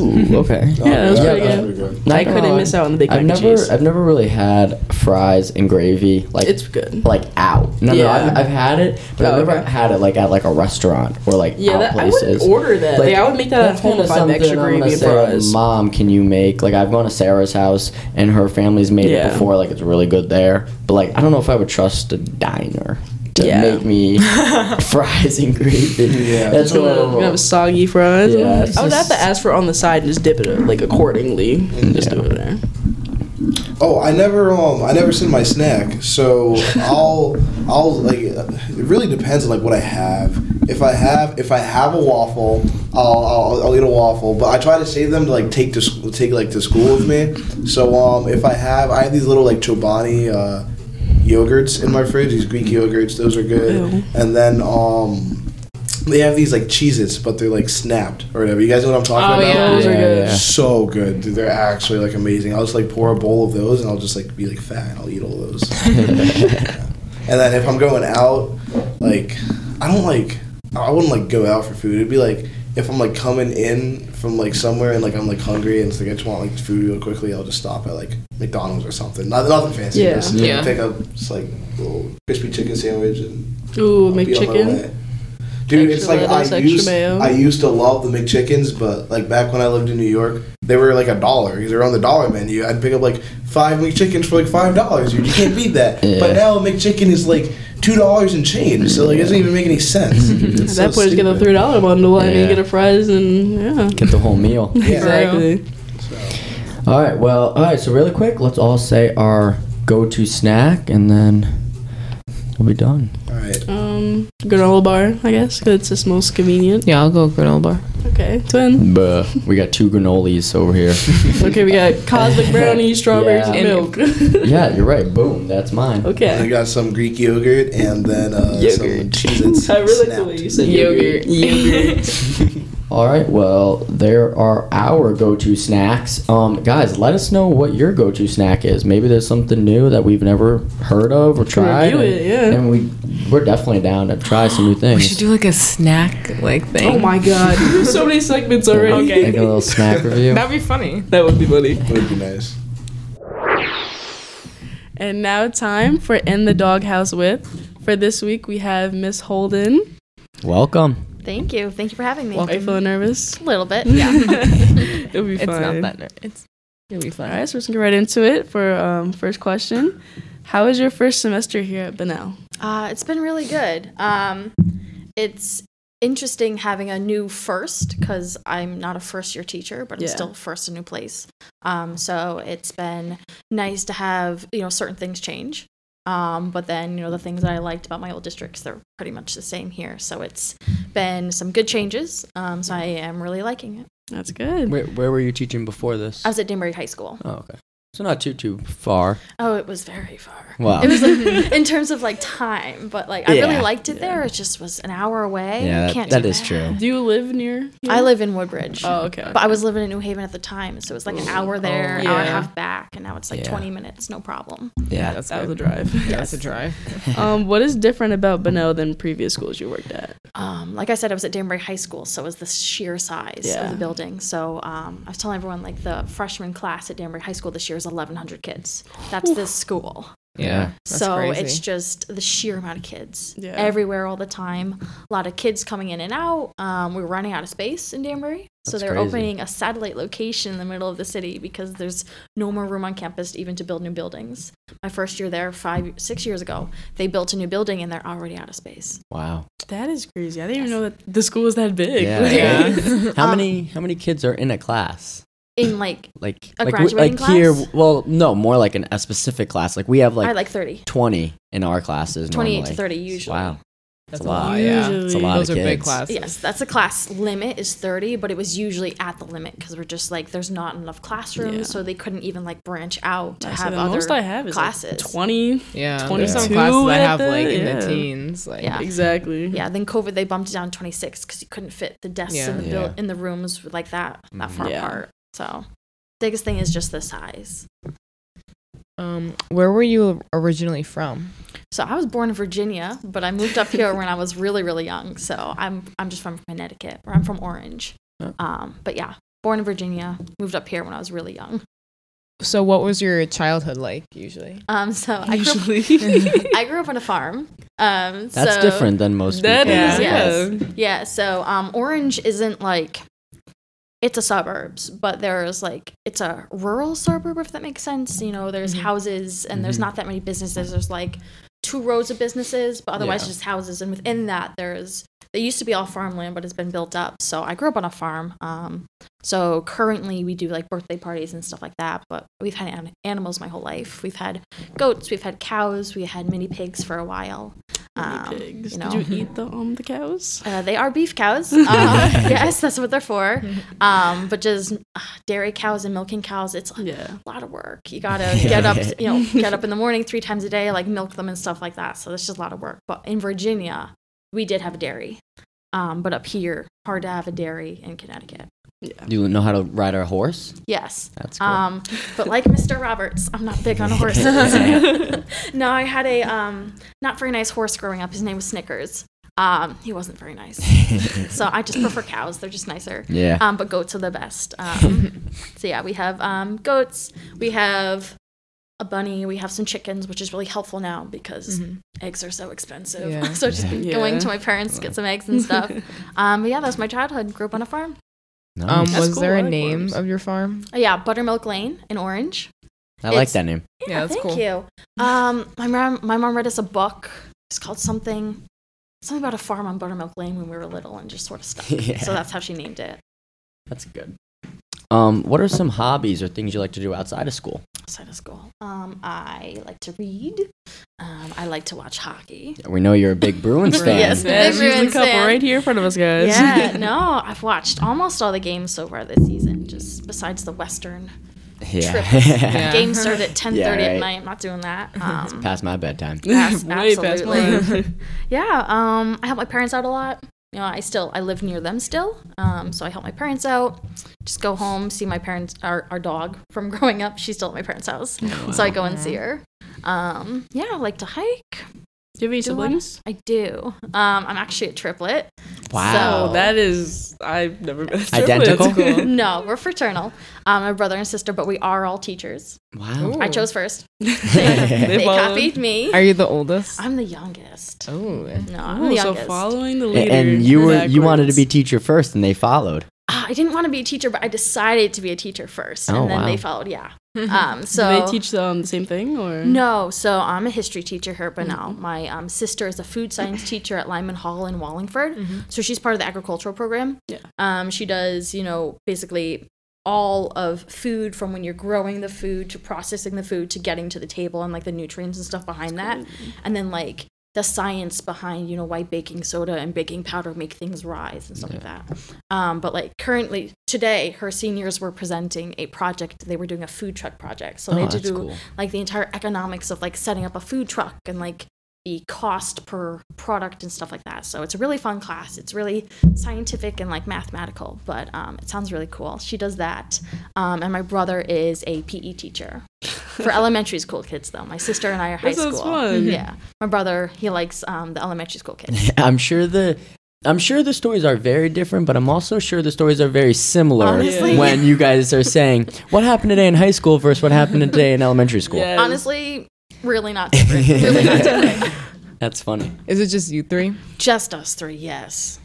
Speaker 2: *laughs* Ooh, okay.
Speaker 5: Oh,
Speaker 3: Yeah, that's
Speaker 5: yeah,
Speaker 3: pretty
Speaker 5: that's
Speaker 3: good.
Speaker 5: pretty good.
Speaker 2: Not
Speaker 3: I
Speaker 2: gonna
Speaker 3: couldn't
Speaker 2: lie.
Speaker 3: miss out on the big mac
Speaker 2: I've
Speaker 3: and
Speaker 2: never,
Speaker 3: cheese.
Speaker 2: I've never really had fries and gravy like
Speaker 3: It's good.
Speaker 2: like out. No, no,
Speaker 3: Yeah.
Speaker 2: I've, I've had it, but
Speaker 3: Oh,
Speaker 2: I've never
Speaker 3: okay.
Speaker 2: had it like at like a restaurant or like
Speaker 3: Yeah,
Speaker 2: out
Speaker 3: that, I
Speaker 2: places.
Speaker 3: wouldn't order that. Like,
Speaker 2: Like,
Speaker 3: I would make that at
Speaker 2: That's
Speaker 3: home
Speaker 2: kind of
Speaker 3: if I'm
Speaker 2: something
Speaker 3: extra
Speaker 2: I'm
Speaker 3: gravy
Speaker 2: gonna
Speaker 3: and
Speaker 2: say. like,
Speaker 3: fries.
Speaker 2: Mom, can you make like I've gone to Sarah's house and her family's made
Speaker 3: Yeah.
Speaker 2: it before. Like it's really good there, but like I don't know if I would trust a diner to
Speaker 3: Yeah.
Speaker 2: make
Speaker 3: *laughs*
Speaker 2: me fries and gravy.
Speaker 5: Yeah.
Speaker 2: that's a
Speaker 3: You know,
Speaker 2: little.
Speaker 3: you have soggy fries.
Speaker 2: Yeah,
Speaker 3: I would
Speaker 2: it's
Speaker 3: have
Speaker 2: just-
Speaker 3: to ask for it on the side and just dip it like accordingly and just do it there.
Speaker 5: Oh, I never um I never send my snack, so I'll I'll like it really depends on like what I have. If I have if I have a waffle, I'll I'll, I'll eat a waffle, but I try to save them to like take to sch- take like to school with me. So um if I have I have these little like Chobani uh, yogurts in my fridge, these Greek yogurts, those are good.
Speaker 3: Ew.
Speaker 5: And then um they have these like Cheez-Its, but they're like snapped or whatever. You guys know what I'm talking
Speaker 4: Oh,
Speaker 5: about?
Speaker 4: yeah. Those
Speaker 2: yeah,
Speaker 4: are good.
Speaker 2: yeah.
Speaker 5: So good. Dude, they're actually like amazing. I'll just like pour a bowl of those and I'll just like be like fat and I'll eat all those. Yeah. And then if I'm going out, like I don't like I wouldn't like go out for food. It'd be like if I'm like coming in from like somewhere and like I'm like hungry and it's like I just want like food real quickly, I'll just stop at like McDonald's or something. Not, nothing fancy.
Speaker 3: Yeah.
Speaker 5: Just
Speaker 4: Yeah.
Speaker 5: pick up just like a little crispy chicken sandwich and
Speaker 3: Ooh,
Speaker 5: I'll be on my
Speaker 3: McChicken.
Speaker 5: way. Dude,
Speaker 3: Extra
Speaker 5: it's like
Speaker 3: lettuce,
Speaker 5: I
Speaker 3: extra
Speaker 5: used,
Speaker 3: mayo.
Speaker 5: I used to love the McChickens, but like back when I lived in New York, they were like a dollar. They were on the dollar menu. I'd pick up like five McChickens for like five dollars. You can't beat that.
Speaker 2: Yeah.
Speaker 5: But now a McChicken is like two dollars and change. So like it doesn't even make any sense. It's
Speaker 3: At
Speaker 5: so
Speaker 3: that point, just get a
Speaker 5: stupid.
Speaker 3: three dollar bundle and
Speaker 2: Yeah.
Speaker 3: you get a fries and yeah.
Speaker 2: Get the whole meal.
Speaker 5: Yeah.
Speaker 3: Exactly.
Speaker 2: All right. Well, all right. So really quick, let's all say our go-to snack, and then we'll be done.
Speaker 5: All right.
Speaker 3: Um, granola bar, I guess, 'cause it's just most convenient.
Speaker 4: Yeah, I'll go granola bar.
Speaker 3: Okay, twin.
Speaker 2: Buh. We got two granolis over here.
Speaker 3: Okay, we got cosmic brownies, strawberries,
Speaker 2: *laughs* Yeah.
Speaker 3: and milk.
Speaker 2: yeah, you're right. Boom. That's mine.
Speaker 3: *laughs*
Speaker 5: I
Speaker 3: okay.
Speaker 5: got some Greek yogurt and then uh, some
Speaker 3: Yogurt.
Speaker 5: Cheez-Its.
Speaker 3: *laughs* I really like the
Speaker 5: snapped.
Speaker 3: way you said
Speaker 4: Yogurt.
Speaker 3: Yogurt.
Speaker 2: All right. Well, there are our go-to snacks. Um, guys, let us know what your go-to snack is. Maybe there's something new that we've never heard of or tried.
Speaker 3: Review
Speaker 2: and,
Speaker 3: it, yeah.
Speaker 2: And we we're definitely down to try some new
Speaker 4: *laughs* We
Speaker 2: things.
Speaker 4: should do like a snack like thing.
Speaker 3: oh my god. *laughs* There's so many segments already.
Speaker 4: Okay.
Speaker 2: Like a little snack
Speaker 4: *laughs*
Speaker 2: review.
Speaker 4: That'd be funny.
Speaker 3: That would be funny.
Speaker 5: Would be nice.
Speaker 3: And now time for In the Doghouse With. For this week, we have Miss Holden.
Speaker 2: Welcome.
Speaker 7: Thank you. Thank you for having me.
Speaker 3: Are you feeling nervous?
Speaker 7: A
Speaker 3: *laughs*
Speaker 7: little bit. Yeah.
Speaker 3: It'll be fine.
Speaker 4: It's not that. ner- It's it'll be fun.
Speaker 3: All right, so we're just gonna get right into it for um, first question. How was your first semester here at Benel?
Speaker 7: Uh, it's been really good. Um, it's interesting having a new first because I'm not a first year teacher, but I'm
Speaker 3: Yeah.
Speaker 7: still first in a new place. Um, so it's been nice to have you know certain things change. Um, but then you know the things that I liked about my old districts, they're pretty much the same here. So it's been some good changes. Um, so I am really liking it.
Speaker 3: That's good.
Speaker 2: Where, where were you teaching before this?
Speaker 7: I was at Danbury High School.
Speaker 2: Oh, okay. So not too too far.
Speaker 7: Oh, it was very far.
Speaker 2: Wow.
Speaker 7: It was
Speaker 2: *laughs*
Speaker 7: like, in terms of like time, but like I really
Speaker 2: Yeah.
Speaker 7: liked it there. It just was an hour away.
Speaker 2: yeah,
Speaker 7: you can't
Speaker 2: that
Speaker 7: do
Speaker 2: is true.
Speaker 3: Do you live near?
Speaker 7: I live in Woodbridge.
Speaker 3: Oh, okay.
Speaker 7: But I was living in New Haven at the time, so it was like an hour there,
Speaker 3: Oh,
Speaker 7: hour and
Speaker 3: yeah.
Speaker 7: a half back, and now it's like
Speaker 2: Yeah.
Speaker 7: 20 minutes, no problem.
Speaker 2: Yeah.
Speaker 3: that was a drive.
Speaker 4: Yeah, that's a drive.
Speaker 3: *laughs* um, what is different about Benel than previous schools you worked at?
Speaker 7: Um, like I said, I was at Danbury High School, so it was the sheer size
Speaker 3: Yeah.
Speaker 7: of the building. So um, I was telling everyone like the freshman class at Danbury High School this year is 1,100 kids. That's this school.
Speaker 4: Yeah.
Speaker 7: so it's just the sheer amount of kids
Speaker 3: Yeah.
Speaker 7: everywhere all the time. A lot of kids coming in and out. Um, we were running out of space in Danbury. So
Speaker 2: That's
Speaker 7: they're
Speaker 2: crazy.
Speaker 7: opening a satellite location in the middle of the city because there's no more room on campus even to build new buildings. My first year there, five, six years ago, they built a new building and they're already out of space. *laughs*
Speaker 2: Wow.
Speaker 3: That is crazy. I didn't even know that the school was that big.
Speaker 2: Yeah.
Speaker 3: *laughs* Like-
Speaker 4: yeah.
Speaker 2: How
Speaker 7: Um,
Speaker 2: many how many kids are in a class? *clears throat*
Speaker 7: In like,
Speaker 2: Like
Speaker 7: A
Speaker 2: like, we- like
Speaker 7: graduating
Speaker 2: here
Speaker 7: class?
Speaker 2: well no, more like an, a specific class. Like we have
Speaker 7: I
Speaker 2: like,
Speaker 7: like 30,
Speaker 2: 20 in our classes
Speaker 7: 28
Speaker 2: normally.
Speaker 7: to 30 usually.
Speaker 2: Wow.
Speaker 4: That's
Speaker 2: a lot.
Speaker 4: Yeah.
Speaker 3: Usually-
Speaker 2: It's a lot
Speaker 4: Those
Speaker 2: of
Speaker 4: are
Speaker 2: kids.
Speaker 4: big classes.
Speaker 7: Yes, that's a class limit is 30, but it was usually at the limit because we're just like, there's not enough classrooms,
Speaker 3: Yeah.
Speaker 7: so they couldn't even like branch out to
Speaker 3: I said
Speaker 7: have
Speaker 3: the
Speaker 7: other
Speaker 3: most I have is like,
Speaker 7: classes.
Speaker 3: 20.
Speaker 4: Yeah.
Speaker 3: 22
Speaker 4: There's some classes that
Speaker 3: at
Speaker 4: have
Speaker 3: the-
Speaker 4: like in
Speaker 3: yeah.
Speaker 4: the teens. Like
Speaker 7: Yeah.
Speaker 3: Exactly.
Speaker 7: Yeah, then COVID they bumped it down to 26 because you couldn't fit the desks
Speaker 4: Yeah.
Speaker 7: in the
Speaker 2: Yeah. Mm-hmm.
Speaker 7: buil- in the rooms like that that far
Speaker 3: Yeah.
Speaker 7: apart. So biggest thing is just the size.
Speaker 4: um where were you originally from?
Speaker 7: So I was born in Virginia, but I moved up here when I was really really young. So I'm I'm just from Connecticut, or I'm from Orange.
Speaker 2: Oh.
Speaker 7: Um, but yeah, born in Virginia, moved up here when I was really young.
Speaker 4: So what was your childhood like usually?
Speaker 7: Um, so I grew,
Speaker 2: *laughs*
Speaker 7: up, *laughs* I grew up on a farm. Um,
Speaker 2: That's
Speaker 7: so,
Speaker 2: different than most *laughs*
Speaker 3: That
Speaker 2: people.
Speaker 4: Yeah.
Speaker 3: is,
Speaker 7: Yes.
Speaker 3: yeah.
Speaker 7: Yeah, so um, Orange isn't like it's a suburbs, but there's like it's a rural suburb if that makes sense. You know, there's
Speaker 3: Mm-hmm.
Speaker 7: houses and there's not that many businesses. There's like two rows of businesses, but otherwise
Speaker 2: Yeah.
Speaker 7: just houses, and within that there's It used to be all farmland, but it's been built up. So I grew up on a farm. Um, so currently we do like birthday parties and stuff like that. But we've had an- animals my whole life. We've had goats, we've had cows, we had mini pigs for a while. Um,
Speaker 3: pigs.
Speaker 7: you know.
Speaker 3: Did you eat the um the cows?
Speaker 7: Uh, they are beef cows.
Speaker 2: *laughs*
Speaker 7: Um, yes, that's what they're for. Um, but just uh, dairy cows and milking cows, it's a
Speaker 3: Yeah.
Speaker 7: lot of work. You gotta
Speaker 2: *laughs*
Speaker 7: get up, you know, get up in the morning three times a day, like milk them and stuff like that. So that's just a lot of work. But in Virginia, we did have a dairy. Um, but up here, hard to have a dairy in Connecticut.
Speaker 2: Do you know how to ride a horse?
Speaker 7: Yes.
Speaker 2: That's cool.
Speaker 7: Um, but like Mr. Roberts, I'm not
Speaker 2: *laughs*
Speaker 7: big on horses. *laughs* no, I had a um, not very nice horse growing up. His name was Snickers. Um, he wasn't
Speaker 3: *laughs*
Speaker 7: very nice. so I just prefer cows. They're just nicer.
Speaker 2: yeah.
Speaker 7: Um, but goats are the best.
Speaker 3: *laughs*
Speaker 7: Um, so yeah, we have um, goats. We have a bunny. We have some chickens, which is really helpful now because eggs are so expensive.
Speaker 4: Yeah.
Speaker 7: *laughs* so I've just been
Speaker 3: Yeah.
Speaker 7: going to my parents to get some eggs
Speaker 3: *laughs*
Speaker 7: and stuff. *laughs* um, but yeah, that was my childhood. Grew up on a farm.
Speaker 4: Um,
Speaker 2: Nice.
Speaker 4: was
Speaker 3: cool.
Speaker 4: there
Speaker 3: I
Speaker 4: a
Speaker 3: like
Speaker 4: name
Speaker 3: worms.
Speaker 4: of your farm?
Speaker 7: Oh, yeah, Buttermilk Lane in Orange.
Speaker 2: I like
Speaker 7: it's-
Speaker 2: that name.
Speaker 4: Yeah, that's
Speaker 7: thank
Speaker 4: cool.
Speaker 7: you. Um, my mom, my mom read us a book. It's called something, something about a farm on Buttermilk Lane when we were little, and just sort of stuff.
Speaker 2: Yeah.
Speaker 7: So that's how she named it.
Speaker 2: That's good. Um, what are some hobbies or things you like to do outside of school?
Speaker 7: Outside of school, um, I like to read. Um, I like to watch hockey.
Speaker 2: We know you're a big Bruins fan.
Speaker 7: *laughs* Yes.
Speaker 3: Yeah,
Speaker 7: Big
Speaker 3: there's a
Speaker 7: Bruins
Speaker 3: couple
Speaker 7: fan.
Speaker 3: right here in front of us, guys.
Speaker 4: *laughs*
Speaker 7: Yeah, no, I've watched almost all the games so far this season. Just besides the Western Triplets.
Speaker 2: Uh-huh. Yeah. *laughs*
Speaker 7: game started at ten thirty
Speaker 2: right.
Speaker 7: at night. I'm not doing that. Um,
Speaker 2: Past my bedtime.
Speaker 7: Yes,
Speaker 3: Way past
Speaker 7: absolutely.
Speaker 4: *laughs*
Speaker 3: mine.
Speaker 7: Yeah, um, I help my parents out a lot. You know, I still I live near them still, um, so I help my parents out. Just go home, see my parents, our, our dog from *laughs* growing up. She's still at my parents' house, *laughs* so I go and see her. Um, yeah, I like to hike.
Speaker 3: Do you have any
Speaker 7: Do you wanna-
Speaker 3: siblings?
Speaker 7: I do. Um, I'm actually a triplet.
Speaker 2: Wow.
Speaker 3: So that is I've never been
Speaker 2: Identical?
Speaker 3: Cool.
Speaker 7: No, we're fraternal. Um, my brother and sister, but we are all teachers.
Speaker 2: Wow.
Speaker 7: I chose first.
Speaker 2: They
Speaker 7: They
Speaker 3: followed.
Speaker 7: copied
Speaker 4: *laughs*
Speaker 7: me.
Speaker 4: Are you the oldest?
Speaker 7: I'm the youngest.
Speaker 4: Oh,
Speaker 7: No, I'm the
Speaker 3: Ooh, so
Speaker 7: youngest.
Speaker 3: following the
Speaker 2: A-
Speaker 3: leader.
Speaker 2: and you were you wanted to
Speaker 3: backwards.
Speaker 2: be teacher first, and they followed. *laughs*
Speaker 7: Ah, I didn't want to be a teacher, but I decided to be a teacher first,
Speaker 2: Oh,
Speaker 7: and then
Speaker 2: wow.
Speaker 7: they
Speaker 3: *laughs*
Speaker 7: followed. Yeah. Um,
Speaker 3: Do
Speaker 7: so
Speaker 3: they teach um, the same thing or
Speaker 7: No, so I'm a history teacher here, but
Speaker 3: Mm-hmm.
Speaker 7: no, my um, sister is a
Speaker 3: *laughs*
Speaker 7: food science teacher at Lyman Hall in Wallingford. So she's part of the agricultural program.
Speaker 3: Mm-hmm. Yeah.
Speaker 7: Um, she does, you know, basically all of food from when you're growing the food to processing the food to getting to the table and like the nutrients and stuff behind that. And then like the science behind, you know, why baking soda and baking powder make things rise and stuff like that. Um, but like currently today, her seniors were presenting a project. They were doing a food truck project. So they
Speaker 2: Oh,
Speaker 7: had to
Speaker 2: that's
Speaker 7: do
Speaker 2: cool.
Speaker 7: like the entire economics of like setting up a food truck and like the cost per product and stuff like that. So it's a really fun class. It's really scientific and like mathematical, but um, it sounds really cool. She does that, um, and my brother is a PE teacher for elementary school kids, though. My sister and I are high
Speaker 3: That sounds
Speaker 7: school.
Speaker 3: fun.
Speaker 7: Yeah, my brother he likes um, the elementary school kids.
Speaker 2: I'm sure the I'm sure the stories are very different, but I'm also sure the stories are very similar
Speaker 7: Honestly.
Speaker 2: when you guys are saying what happened today in high school versus what happened today in elementary school.
Speaker 3: Yes. *laughs*
Speaker 7: Honestly, really not
Speaker 4: *laughs*
Speaker 7: different. really not different.
Speaker 2: That's funny.
Speaker 4: is it just you three?
Speaker 7: Just us three. Yes.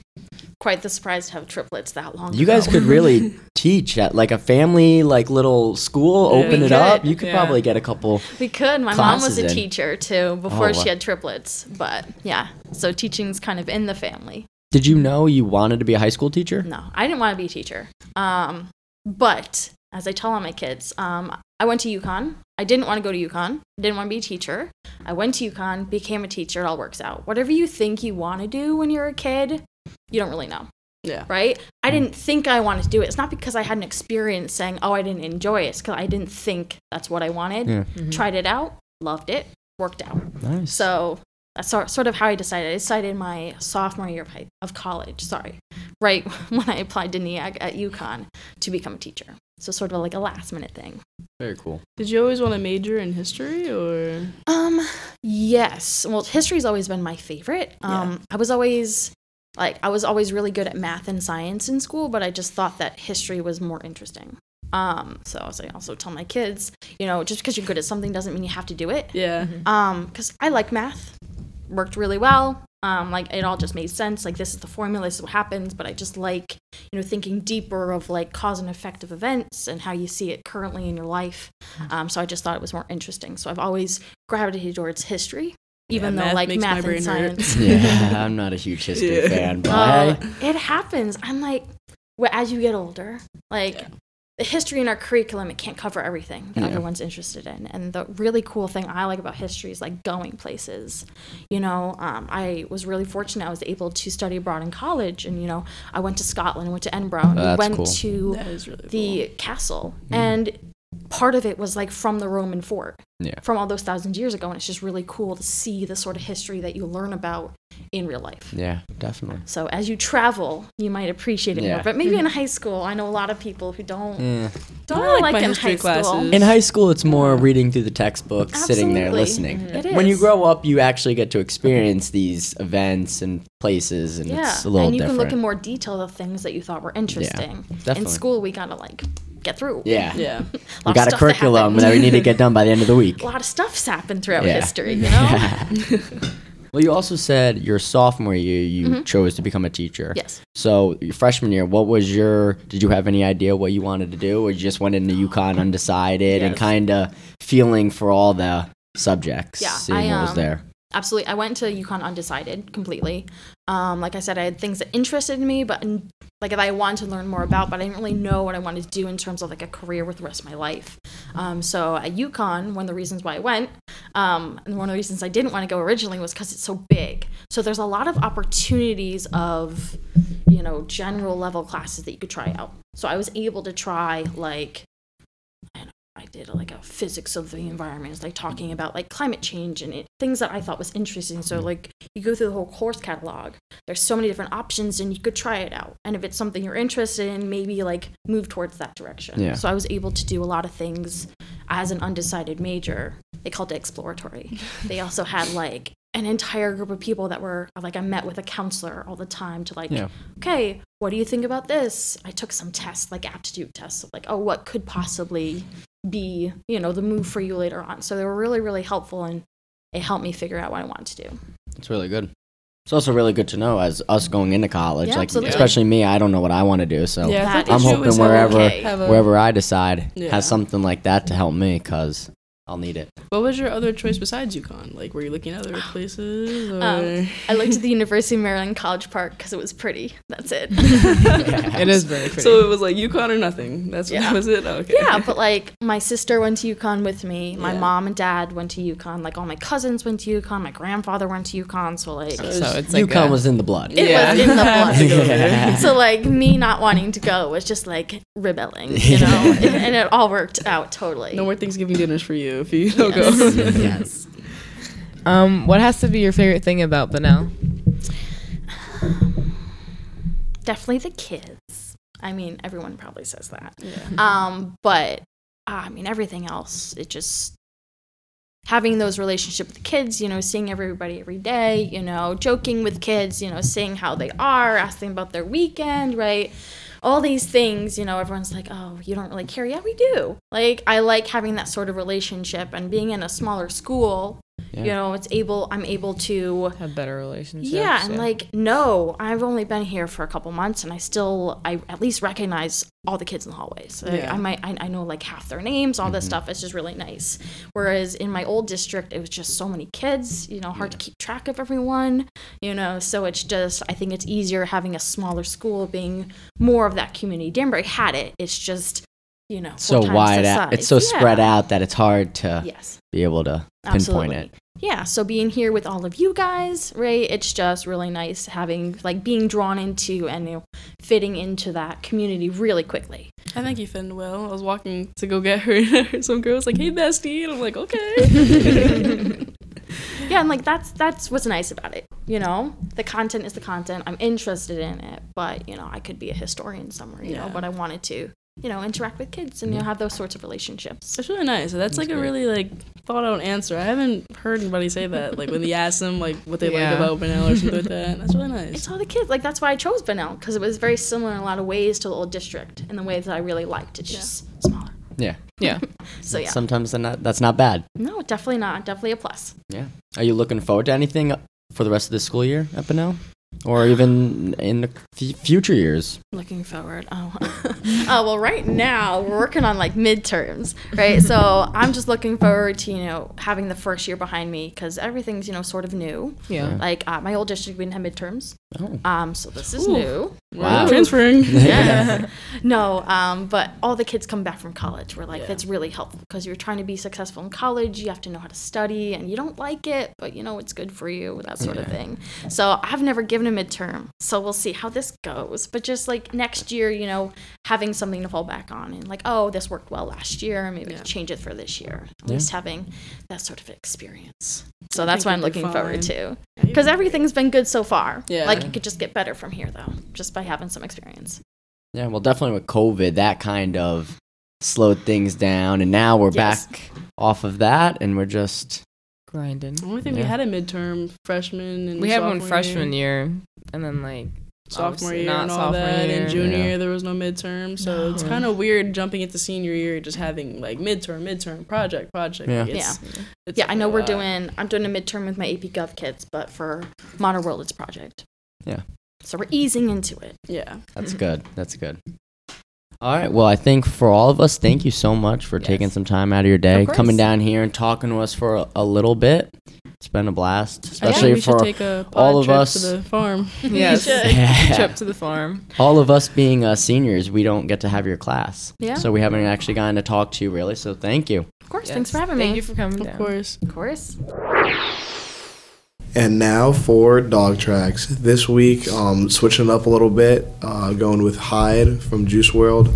Speaker 7: Quite the surprise to have triplets that long.
Speaker 2: You guys
Speaker 7: ago.
Speaker 2: could really teach at like a family like little school,
Speaker 3: Yeah,
Speaker 2: open
Speaker 7: we
Speaker 2: it up.
Speaker 7: could.
Speaker 2: You could
Speaker 4: Yeah.
Speaker 2: probably get a couple.
Speaker 7: We could. My mom was
Speaker 2: classes
Speaker 7: a
Speaker 2: in.
Speaker 7: teacher too before
Speaker 2: Oh, wow.
Speaker 7: she had triplets, but yeah. So teaching's kind of in the family.
Speaker 2: Did you know you wanted to be a high school teacher?
Speaker 7: No, I didn't want to be a teacher. Um, but as I tell all my kids, um, I went to UConn. I didn't want to go to UConn. I didn't want to be a teacher. I went to UConn, became a teacher. It all works out. Whatever you think you want to do when you're a kid, you don't really know.
Speaker 3: Yeah.
Speaker 7: Right?
Speaker 2: Mm.
Speaker 7: I didn't think I wanted to do it. It's not because I had an experience saying, oh, I didn't enjoy it. It's because I didn't think that's what I wanted.
Speaker 2: Yeah.
Speaker 7: Tried it out, loved it, worked out.
Speaker 2: Nice.
Speaker 7: So that's sor- sort of how I decided. I decided my sophomore year of high- of college, sorry, right *laughs* when I applied to NEAC at UConn to become a teacher. So sort of like a last minute thing.
Speaker 2: very cool.
Speaker 3: Did you always want to major in history or
Speaker 7: Um, yes. Well, history's always been my favorite. Um, I was always like I was always really good at math and science in school, but I just thought that history was more interesting. Um, so as I also tell my kids, you know, just because you're good at something doesn't mean you have to do it.
Speaker 3: Yeah.
Speaker 7: um because i like math worked really well um like it all just made sense like this is the formula this is what happens but i just like you know thinking deeper of like cause and effect of events and how you see it
Speaker 3: Mm-hmm.
Speaker 7: currently in your life um so i just thought it was more interesting so i've always gravitated towards history even
Speaker 3: Yeah,
Speaker 7: though
Speaker 3: math
Speaker 7: like
Speaker 3: makes my
Speaker 7: math and
Speaker 3: brain hurt.
Speaker 7: science.
Speaker 2: Yeah, I'm not a huge history
Speaker 3: Yeah.
Speaker 2: fan, but
Speaker 7: Uh,
Speaker 2: hey,
Speaker 7: it happens. I'm like, well, as you get older, like the history in our curriculum, it can't cover everything that
Speaker 2: Yeah.
Speaker 7: everyone's interested in. And the really cool thing I like about history is like going places. You know, um, I was really fortunate. I was able to study abroad in college, and you know, I went to Scotland, went to Edinburgh, and we
Speaker 2: That's
Speaker 7: went
Speaker 2: cool. Mm.
Speaker 7: to
Speaker 3: That is really
Speaker 7: the castle, and part of it was like from the Roman fort
Speaker 2: yeah,
Speaker 7: from all those thousands years ago, and it's just really cool to see the sort of history that you learn about in real life.
Speaker 2: yeah, definitely.
Speaker 7: So as you travel, you might appreciate it
Speaker 2: Yeah. Mm.
Speaker 7: more. But maybe in
Speaker 2: Mm-hmm.
Speaker 7: high school, I know a lot of people who don't don't
Speaker 3: I like
Speaker 7: really like,
Speaker 3: my
Speaker 7: in
Speaker 3: history
Speaker 7: high
Speaker 3: classes.
Speaker 7: school.
Speaker 2: In high school, it's more reading through the textbook, sitting there
Speaker 7: Absolutely. Mm-hmm.
Speaker 2: listening.
Speaker 7: It
Speaker 2: When you
Speaker 7: is.
Speaker 2: grow up, you actually get to experience these events and places, and
Speaker 7: yeah,
Speaker 2: it's a little
Speaker 7: and you
Speaker 2: different.
Speaker 7: can look in more detail the things that you thought were interesting. in
Speaker 2: definitely.
Speaker 7: school, we gotta like get through.
Speaker 2: yeah.
Speaker 3: Yeah.
Speaker 7: A lot
Speaker 2: we got
Speaker 7: of
Speaker 2: a
Speaker 7: stuff that
Speaker 2: curriculum
Speaker 7: happened.
Speaker 2: that we need to get done by the end of the
Speaker 7: *laughs*
Speaker 2: week.
Speaker 7: a lot of stuff's happened throughout
Speaker 2: Yeah.
Speaker 7: history. You know.
Speaker 2: *laughs*
Speaker 7: *laughs*
Speaker 2: well, you also said your sophomore year you chose to become a teacher.
Speaker 7: Mm-hmm. Yes.
Speaker 2: So your freshman year, what was your? Did you have any idea what you wanted to do, or you just went into
Speaker 7: *gasps*
Speaker 2: UConn undecided and
Speaker 3: Yes.
Speaker 2: kind of feeling for all the subjects,
Speaker 7: Yeah,
Speaker 2: seeing
Speaker 7: I,
Speaker 2: what was
Speaker 7: um,
Speaker 2: there?
Speaker 7: Absolutely. I went to UConn undecided completely. Um, like I said, I had things that interested me, but n- like that I wanted to learn more about, but I didn't really know what I wanted to do in terms of like a career with the rest of my life. Um, so at UConn, one of the reasons why I went, um, and one of the reasons I didn't want to go originally was because it's so big. So there's a lot of opportunities of, you know, general level classes that you could try out. So I was able to try like I did like a physics of the environment, it's like talking about like climate change and it, things that I thought was interesting. So like you go through the whole course catalog. There's so many different options, and you could try it out. And if it's something you're interested in, maybe like move towards that direction.
Speaker 2: Yeah.
Speaker 7: So I was able to do a lot of things as an undecided major. They called it exploratory. they also had like an entire group of people that were like I met with a counselor all the time to like
Speaker 2: Yeah.
Speaker 7: okay, what do you think about this? I took some tests, like aptitude tests, of like, oh, what could possibly be, you know, the move for you later on. So they were really, really helpful and it helped me figure out what I wanted to do.
Speaker 2: It's really good. It's also really good to know as us going into college,
Speaker 7: Mm-hmm. Yeah,
Speaker 2: like
Speaker 7: absolutely.
Speaker 2: especially me, I don't know what I want to do, so
Speaker 3: Yeah,
Speaker 7: That
Speaker 3: I thought they
Speaker 2: I'm
Speaker 3: should
Speaker 2: hoping
Speaker 3: always have,
Speaker 2: wherever-
Speaker 3: like, have a-
Speaker 2: wherever I decide
Speaker 3: Yeah.
Speaker 2: has something like that to help me because I'll need it.
Speaker 3: What was your other choice besides UConn? Like, were you looking at other places? Or?
Speaker 7: Um, I looked at the University of Maryland College Park because it was pretty. That's it.
Speaker 4: *laughs* It is very
Speaker 2: *laughs*
Speaker 4: pretty.
Speaker 3: so it was like UConn or nothing. That's what
Speaker 7: Yeah.
Speaker 3: that was it. Okay.
Speaker 7: yeah, but like my sister went to UConn with me. My
Speaker 3: Yeah.
Speaker 7: mom and dad went to UConn. Like all my cousins went to UConn. My grandfather went to UConn. So like
Speaker 4: so it's like
Speaker 2: UConn
Speaker 4: a-
Speaker 2: was in the blood.
Speaker 7: it
Speaker 4: Yeah.
Speaker 7: was in the blood.
Speaker 3: *laughs*
Speaker 2: Yeah.
Speaker 7: *laughs* so like me not wanting to go was just like rebelling, you know, and it all worked out totally.
Speaker 3: No more Thanksgiving dinners for you if you don't
Speaker 7: *laughs* Yes.
Speaker 3: go.
Speaker 7: yes.
Speaker 4: Um, what has to be your favorite thing about Benel?
Speaker 7: definitely the kids. I mean, everyone probably says that. Um, but uh, I mean, everything else, it just having those relationship with the kids, you know, seeing everybody every day, you know, joking with kids, you know, seeing how they are, asking about their weekend, right? All these things, you know, everyone's like, "Oh, you don't really care." Yeah, we do. Like, I like having that sort of relationship and being in a smaller school, you
Speaker 2: Yeah.
Speaker 7: know, it's able I'm able to
Speaker 4: Have better relationships.
Speaker 7: yeah, and like, no, I've only been here for a couple months, and I still, I at least recognize all the kids in the hallways. Like,
Speaker 3: Yeah.
Speaker 7: I might, I, I know like half their names, all
Speaker 2: Mm-hmm.
Speaker 7: this stuff. It's just really nice. Whereas in my old district, it was just so many kids, you know, hard to keep track of everyone, you know. So it's just, I think it's easier having a smaller school, being more of that community. Danbury had it. It's just, you know, four
Speaker 2: so
Speaker 7: times
Speaker 2: wide
Speaker 7: the
Speaker 2: out. It's so
Speaker 7: size. Yeah.
Speaker 2: spread out that it's hard to
Speaker 7: Yes
Speaker 2: be able to pinpoint
Speaker 7: absolutely
Speaker 2: it.
Speaker 7: yeah so being here with all of you guys right it's just really nice having like being drawn into and you know, fitting into that community really quickly
Speaker 3: I think you fend well. I was walking to go get her, *laughs* and I heard some girls like, "Hey, bestie," and I'm like,
Speaker 7: *laughs*
Speaker 3: "Okay."
Speaker 7: yeah and like that's that's what's nice about it you know the content is the content i'm interested in it but you know i could be a historian somewhere you know
Speaker 3: Yeah.
Speaker 7: but i wanted to you know interact with kids and you know have those sorts of relationships
Speaker 3: It's really nice. That's, like a really like thought out answer. I haven't heard anybody say that. Like when they ask them like what they
Speaker 4: Yeah.
Speaker 3: like about Benel or something like that.
Speaker 4: *laughs*
Speaker 3: That's really nice.
Speaker 7: it's all the kids like that's why i chose benel because it was very similar in a lot of ways to the old district in the ways that i really liked it's just smaller
Speaker 2: Yeah.
Speaker 4: yeah.
Speaker 7: *laughs* so yeah
Speaker 2: Sometimes they're not, that's not bad.
Speaker 7: no definitely not definitely a plus
Speaker 2: Yeah. Are you looking forward to anything for the rest of the school year up and now? or even in the f- future years?
Speaker 7: Looking forward. Oh, *laughs* uh, well, right now we're working on like midterms, right? *laughs* So I'm just looking forward to you know having the first year behind me because everything's you know sort of new.
Speaker 4: Yeah.
Speaker 7: Like uh, my old district, we didn't have midterms,
Speaker 2: Oh,
Speaker 7: um, so this is
Speaker 3: Ooh.
Speaker 7: new.
Speaker 2: wow.
Speaker 3: Transferring.
Speaker 2: *laughs*
Speaker 7: Yeah. *laughs* no, um, but all the kids come back from college. We're like, that's really helpful because you're trying to be successful in college. You have to know how to study, and you don't like it, but you know it's good for you, that sort of thing. So I've never given a midterm, so we'll see how this goes. But just like next year, you know, having something to fall back on and like, oh, this worked well last year, maybe
Speaker 3: Yeah.
Speaker 7: change it for this year. At least having that sort of experience. So
Speaker 3: think
Speaker 7: that's what I'm
Speaker 3: you'll be
Speaker 7: looking forward
Speaker 3: fine.
Speaker 7: to. Because everything's been good so far.
Speaker 3: Yeah.
Speaker 7: Like it could just get better from here though, just by having some experience.
Speaker 2: Yeah, well, definitely with COVID, that kind of slowed things down, and now we're
Speaker 7: Yes.
Speaker 2: back off of that, and we're just
Speaker 4: Grinding.
Speaker 3: I don't think we
Speaker 2: Yeah.
Speaker 3: had a midterm freshman and
Speaker 4: We had one
Speaker 3: sophomore
Speaker 4: freshman year, and then like
Speaker 7: *laughs*
Speaker 3: sophomore
Speaker 4: Obviously
Speaker 3: year
Speaker 4: not
Speaker 3: and all
Speaker 4: sophomore
Speaker 3: that, and
Speaker 4: year.
Speaker 3: junior
Speaker 2: Yeah.
Speaker 3: year there was no midterm, so it's
Speaker 4: No.
Speaker 3: kind of weird jumping into senior year just having like midterm, midterm, project, project.
Speaker 2: Yeah.
Speaker 3: yeah,
Speaker 7: yeah, I know we're doing I'm doing a midterm with my AP Gov kids, but for Modern World it's project.
Speaker 2: Yeah.
Speaker 7: So we're easing into it.
Speaker 3: Yeah,
Speaker 2: that's good. That's good. All right. Well, I think for all of us, thank you so much for taking
Speaker 4: Yes.
Speaker 2: some time out of your day,
Speaker 4: course.
Speaker 2: coming down here and talking to us for a, a little bit. It's been a blast, especially
Speaker 3: we should
Speaker 2: for
Speaker 3: take a pod
Speaker 2: all of
Speaker 3: trip
Speaker 2: us.
Speaker 3: to the farm.
Speaker 4: yes.
Speaker 2: Yeah.
Speaker 4: Trip to the farm.
Speaker 2: all of us being uh, seniors. We don't get to have your class,
Speaker 7: Yeah.
Speaker 2: so we haven't actually gotten to talk to you really. So thank you.
Speaker 7: Of course,
Speaker 4: Yes.
Speaker 7: thanks for having
Speaker 4: Thank
Speaker 7: me.
Speaker 4: you for coming
Speaker 3: Of
Speaker 4: down.
Speaker 3: course.
Speaker 7: of course.
Speaker 5: And now for dog tracks. This week, um, switching up a little bit, uh, going with Hyde from Juice World.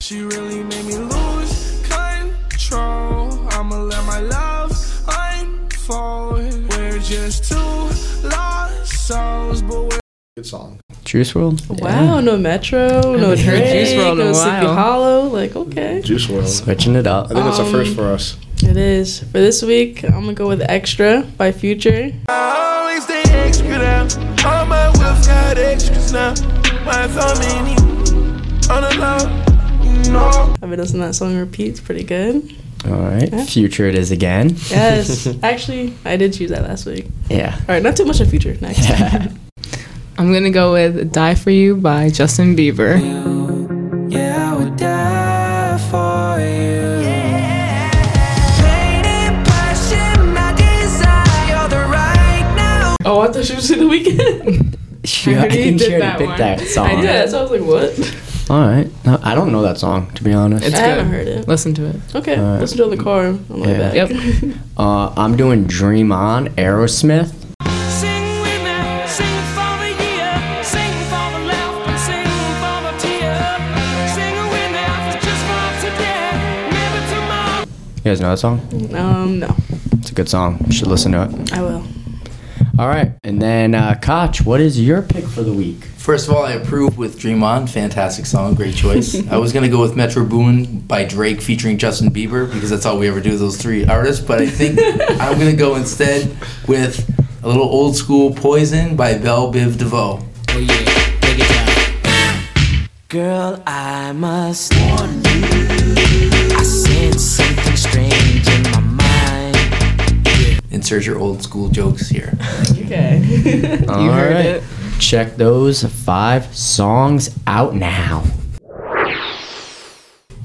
Speaker 8: She really made me lose control. I'ma let my love unfold. We're just two lost souls, but we're
Speaker 5: Good song.
Speaker 2: Juice World.
Speaker 3: Wow, no Metro, no
Speaker 4: haven't heard
Speaker 3: Drake,
Speaker 4: Juice WRLD in
Speaker 3: no
Speaker 4: a
Speaker 3: Sleepy
Speaker 4: while.
Speaker 3: Hollow. Like, okay,
Speaker 5: Juice World. I
Speaker 2: Switching it up.
Speaker 5: think that's a
Speaker 3: Um,
Speaker 5: first for us.
Speaker 3: it is for this week. I'm gonna go with Extra by Future.
Speaker 8: always the extra now. All my wolves got extras now. My thumb in you. On the low, no.
Speaker 3: I've been listening to that song repeat. It's pretty good.
Speaker 2: All right. Future it is again.
Speaker 3: Yes, actually, I did choose that last week.
Speaker 2: Yeah.
Speaker 3: All right, not too much of Future. Next.
Speaker 4: I'm gonna go with "Die for You" by Justin Bieber.
Speaker 8: Yeah, I would die for you. Pain and passion, my desire, the right now.
Speaker 3: *laughs* Oh, I thought she was in the weekend.
Speaker 2: She, *laughs* I
Speaker 4: I already
Speaker 2: think she already
Speaker 4: did that
Speaker 2: picked
Speaker 4: one.
Speaker 2: that song.
Speaker 3: I did. So I was like, what?
Speaker 2: All right. No, I don't know that song to be honest.
Speaker 4: It's
Speaker 3: I haven't
Speaker 4: good.
Speaker 3: heard it.
Speaker 4: Listen to it.
Speaker 3: Okay,
Speaker 2: All right.
Speaker 3: listen to it in the car on the way
Speaker 2: Yeah.
Speaker 3: back.
Speaker 4: Yep.
Speaker 2: uh, I'm doing "Dream On" Aerosmith.
Speaker 8: Sing with me, sing for the year, sing for the laughter, sing for the tear. Sing with me, just for today, maybe tomorrow.
Speaker 2: You guys know that song?
Speaker 3: Um, no,
Speaker 2: It's a good song. You should listen to it.
Speaker 3: I will.
Speaker 2: All right, and then uh, Koch, what is your pick for the week?
Speaker 9: First of all, I approve with Dream On. Fantastic song, great choice. I was gonna go with Metro Boomin by Drake featuring Justin Bieber because that's all we ever do with those three artists. But I think I'm gonna go instead with a little old school Poison by Belle Biv DeVoe. Oh yeah, break it down. Girl, I must warn you. I sense something strange in my mind. Insert your old school jokes here.
Speaker 3: Okay.
Speaker 2: All right, check those five songs out now.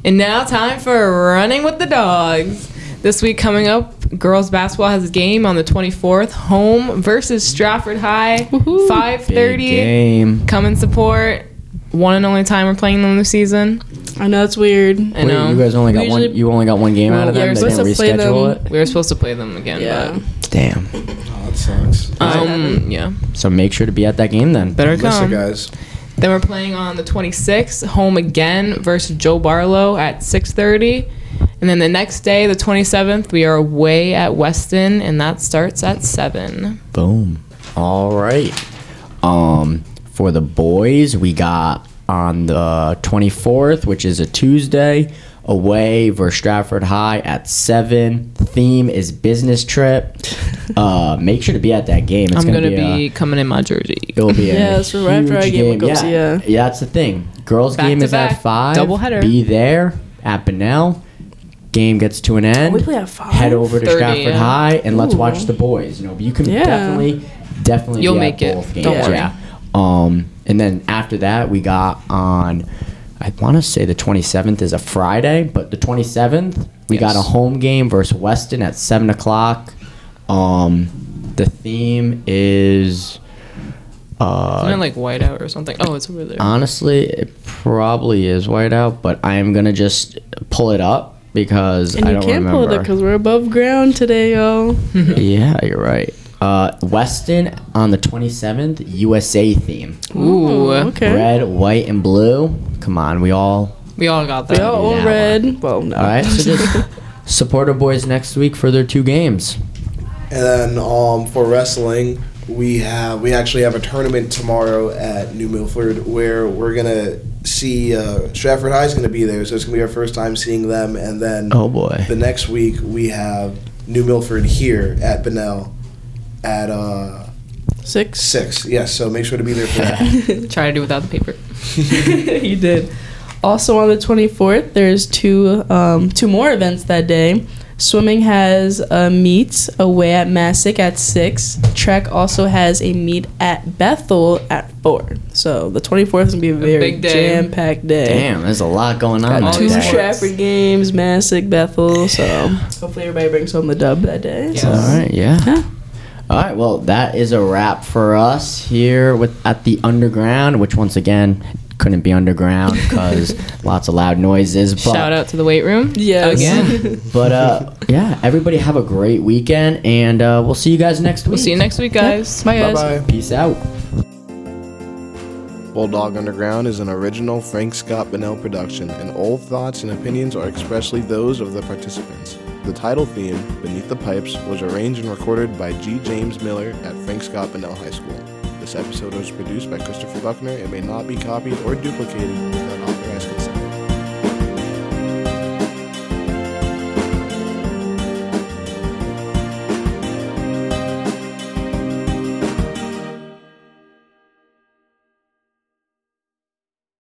Speaker 4: And now time for running with the dogs. This week coming up, girls basketball has a game on the 24th, home versus Stratford High,
Speaker 2: Big
Speaker 4: 5:30.
Speaker 2: game.
Speaker 4: Come and support. One and only time we're playing them this season.
Speaker 3: I know it's weird.
Speaker 4: I
Speaker 2: Wait,
Speaker 4: know.
Speaker 2: you guys only got
Speaker 3: Usually-
Speaker 2: one. You only got one game out of
Speaker 4: we
Speaker 2: them.
Speaker 4: were
Speaker 2: They
Speaker 4: supposed
Speaker 2: didn't
Speaker 3: to play
Speaker 2: reschedule
Speaker 3: them.
Speaker 2: it.
Speaker 4: We were supposed to play them again,
Speaker 3: Yeah.
Speaker 2: Damn.
Speaker 5: Oh, that sucks.
Speaker 4: but um, yeah,
Speaker 2: So make sure to be at that game then.
Speaker 4: better
Speaker 5: Listen,
Speaker 4: come.
Speaker 5: guys.
Speaker 4: Then we're playing on the 26th, home again versus Joe Barlow at 6:30. And then the next day, the 27th, we are away at Weston, and that starts at 7.
Speaker 2: Boom. All right. Um, for the boys, we got on the 24th, which is a Tuesday, away versus Stratford High at seven. Theme is business trip. Uh, make sure to be at that game. It's
Speaker 4: I'm
Speaker 2: gonna,
Speaker 4: gonna,
Speaker 2: be. a-
Speaker 4: be, coming in my jersey.
Speaker 2: it'll be a
Speaker 3: Yeah, so right after our
Speaker 2: huge
Speaker 3: game, we'll go
Speaker 2: yeah.
Speaker 3: see,
Speaker 2: yeah,
Speaker 3: uh,
Speaker 2: that's the thing. Girls'
Speaker 4: Back
Speaker 2: game
Speaker 4: to
Speaker 2: is at
Speaker 4: back.
Speaker 2: five.
Speaker 4: Doubleheader.
Speaker 2: Be there at Benell. Game gets to an end
Speaker 3: We play at five.
Speaker 2: head over to
Speaker 4: 5:30,
Speaker 2: Stratford
Speaker 4: Oh, yeah.
Speaker 2: High and let's watch the boys. You know, but you can
Speaker 3: Yeah.
Speaker 2: definitely definitely
Speaker 4: You'll
Speaker 2: be at
Speaker 4: make it.
Speaker 2: both games.
Speaker 4: Don't worry.
Speaker 2: Yeah. Um, and then after that, we got on. I want to say the 27th is a Friday, but the 27th we got a
Speaker 4: Yes.
Speaker 2: home game versus Weston at seven o'clock. Um, the theme is. Uh,
Speaker 4: Isn't it like whiteout or something? Oh, it's over there. *laughs*
Speaker 2: Honestly, it probably is whiteout, but I am gonna just pull it up because
Speaker 3: And
Speaker 2: I
Speaker 3: you
Speaker 2: don't
Speaker 3: can't
Speaker 2: remember.
Speaker 3: pull it up because we're above ground today, y'all.
Speaker 2: yeah, you're right. Uh, Weston on the 27th, USA theme.
Speaker 4: Ooh,
Speaker 3: Oh, Okay.
Speaker 2: Red, white, and blue. Come on, we all.
Speaker 4: we all got
Speaker 3: We
Speaker 4: that.
Speaker 3: all own
Speaker 2: Yeah.
Speaker 3: red. Well, no.
Speaker 2: All right, so just support our boys next week for their two games.
Speaker 5: And then um, for wrestling, we have we actually have a tournament tomorrow at New Milford where we're gonna see uh, Stratford High is gonna be there, so it's gonna be our first time seeing them. And then
Speaker 2: boy.
Speaker 5: the next week we have New Milford here at Benell at uh,
Speaker 3: *laughs* Six. *laughs*
Speaker 5: six. Yes, so make sure to be there for that.
Speaker 4: Try to do without the paper.
Speaker 3: you did. Also on the 24th, there's two um, two more events that day. Swimming has a meet away at Massac at six. Trek also has a meet at Bethel at four. So the 24th is gonna be a very
Speaker 4: big day.
Speaker 3: jam packed day.
Speaker 2: Damn, there's a lot going on. that
Speaker 4: Got
Speaker 3: Two
Speaker 4: All
Speaker 2: day.
Speaker 4: sports.
Speaker 3: Stratford games, Massac, Bethel. So hopefully everybody brings home the dub that day.
Speaker 4: Yes.
Speaker 2: All right, yeah.
Speaker 3: Yeah.
Speaker 2: All right, well, that is a wrap for us here with at the underground, which once again couldn't be underground because *laughs* lots of loud noises. But,
Speaker 4: Shout out to the weight room.
Speaker 3: Yes.
Speaker 4: Again.
Speaker 2: But uh, yeah, everybody have a great weekend, and uh, we'll see you guys next week.
Speaker 4: We'll see you next week, guys. Bye,
Speaker 5: Bye
Speaker 4: guys.
Speaker 5: bye.
Speaker 2: Peace out.
Speaker 5: Bulldog Underground is an original Frank Scott Bonnell production, and all thoughts and opinions are expressly those of the participants. The title theme, Beneath the Pipes, was arranged and recorded by G. James Miller at Frank Scott Bonnell High School. This episode was produced by Christopher Buckner and may not be copied or duplicated without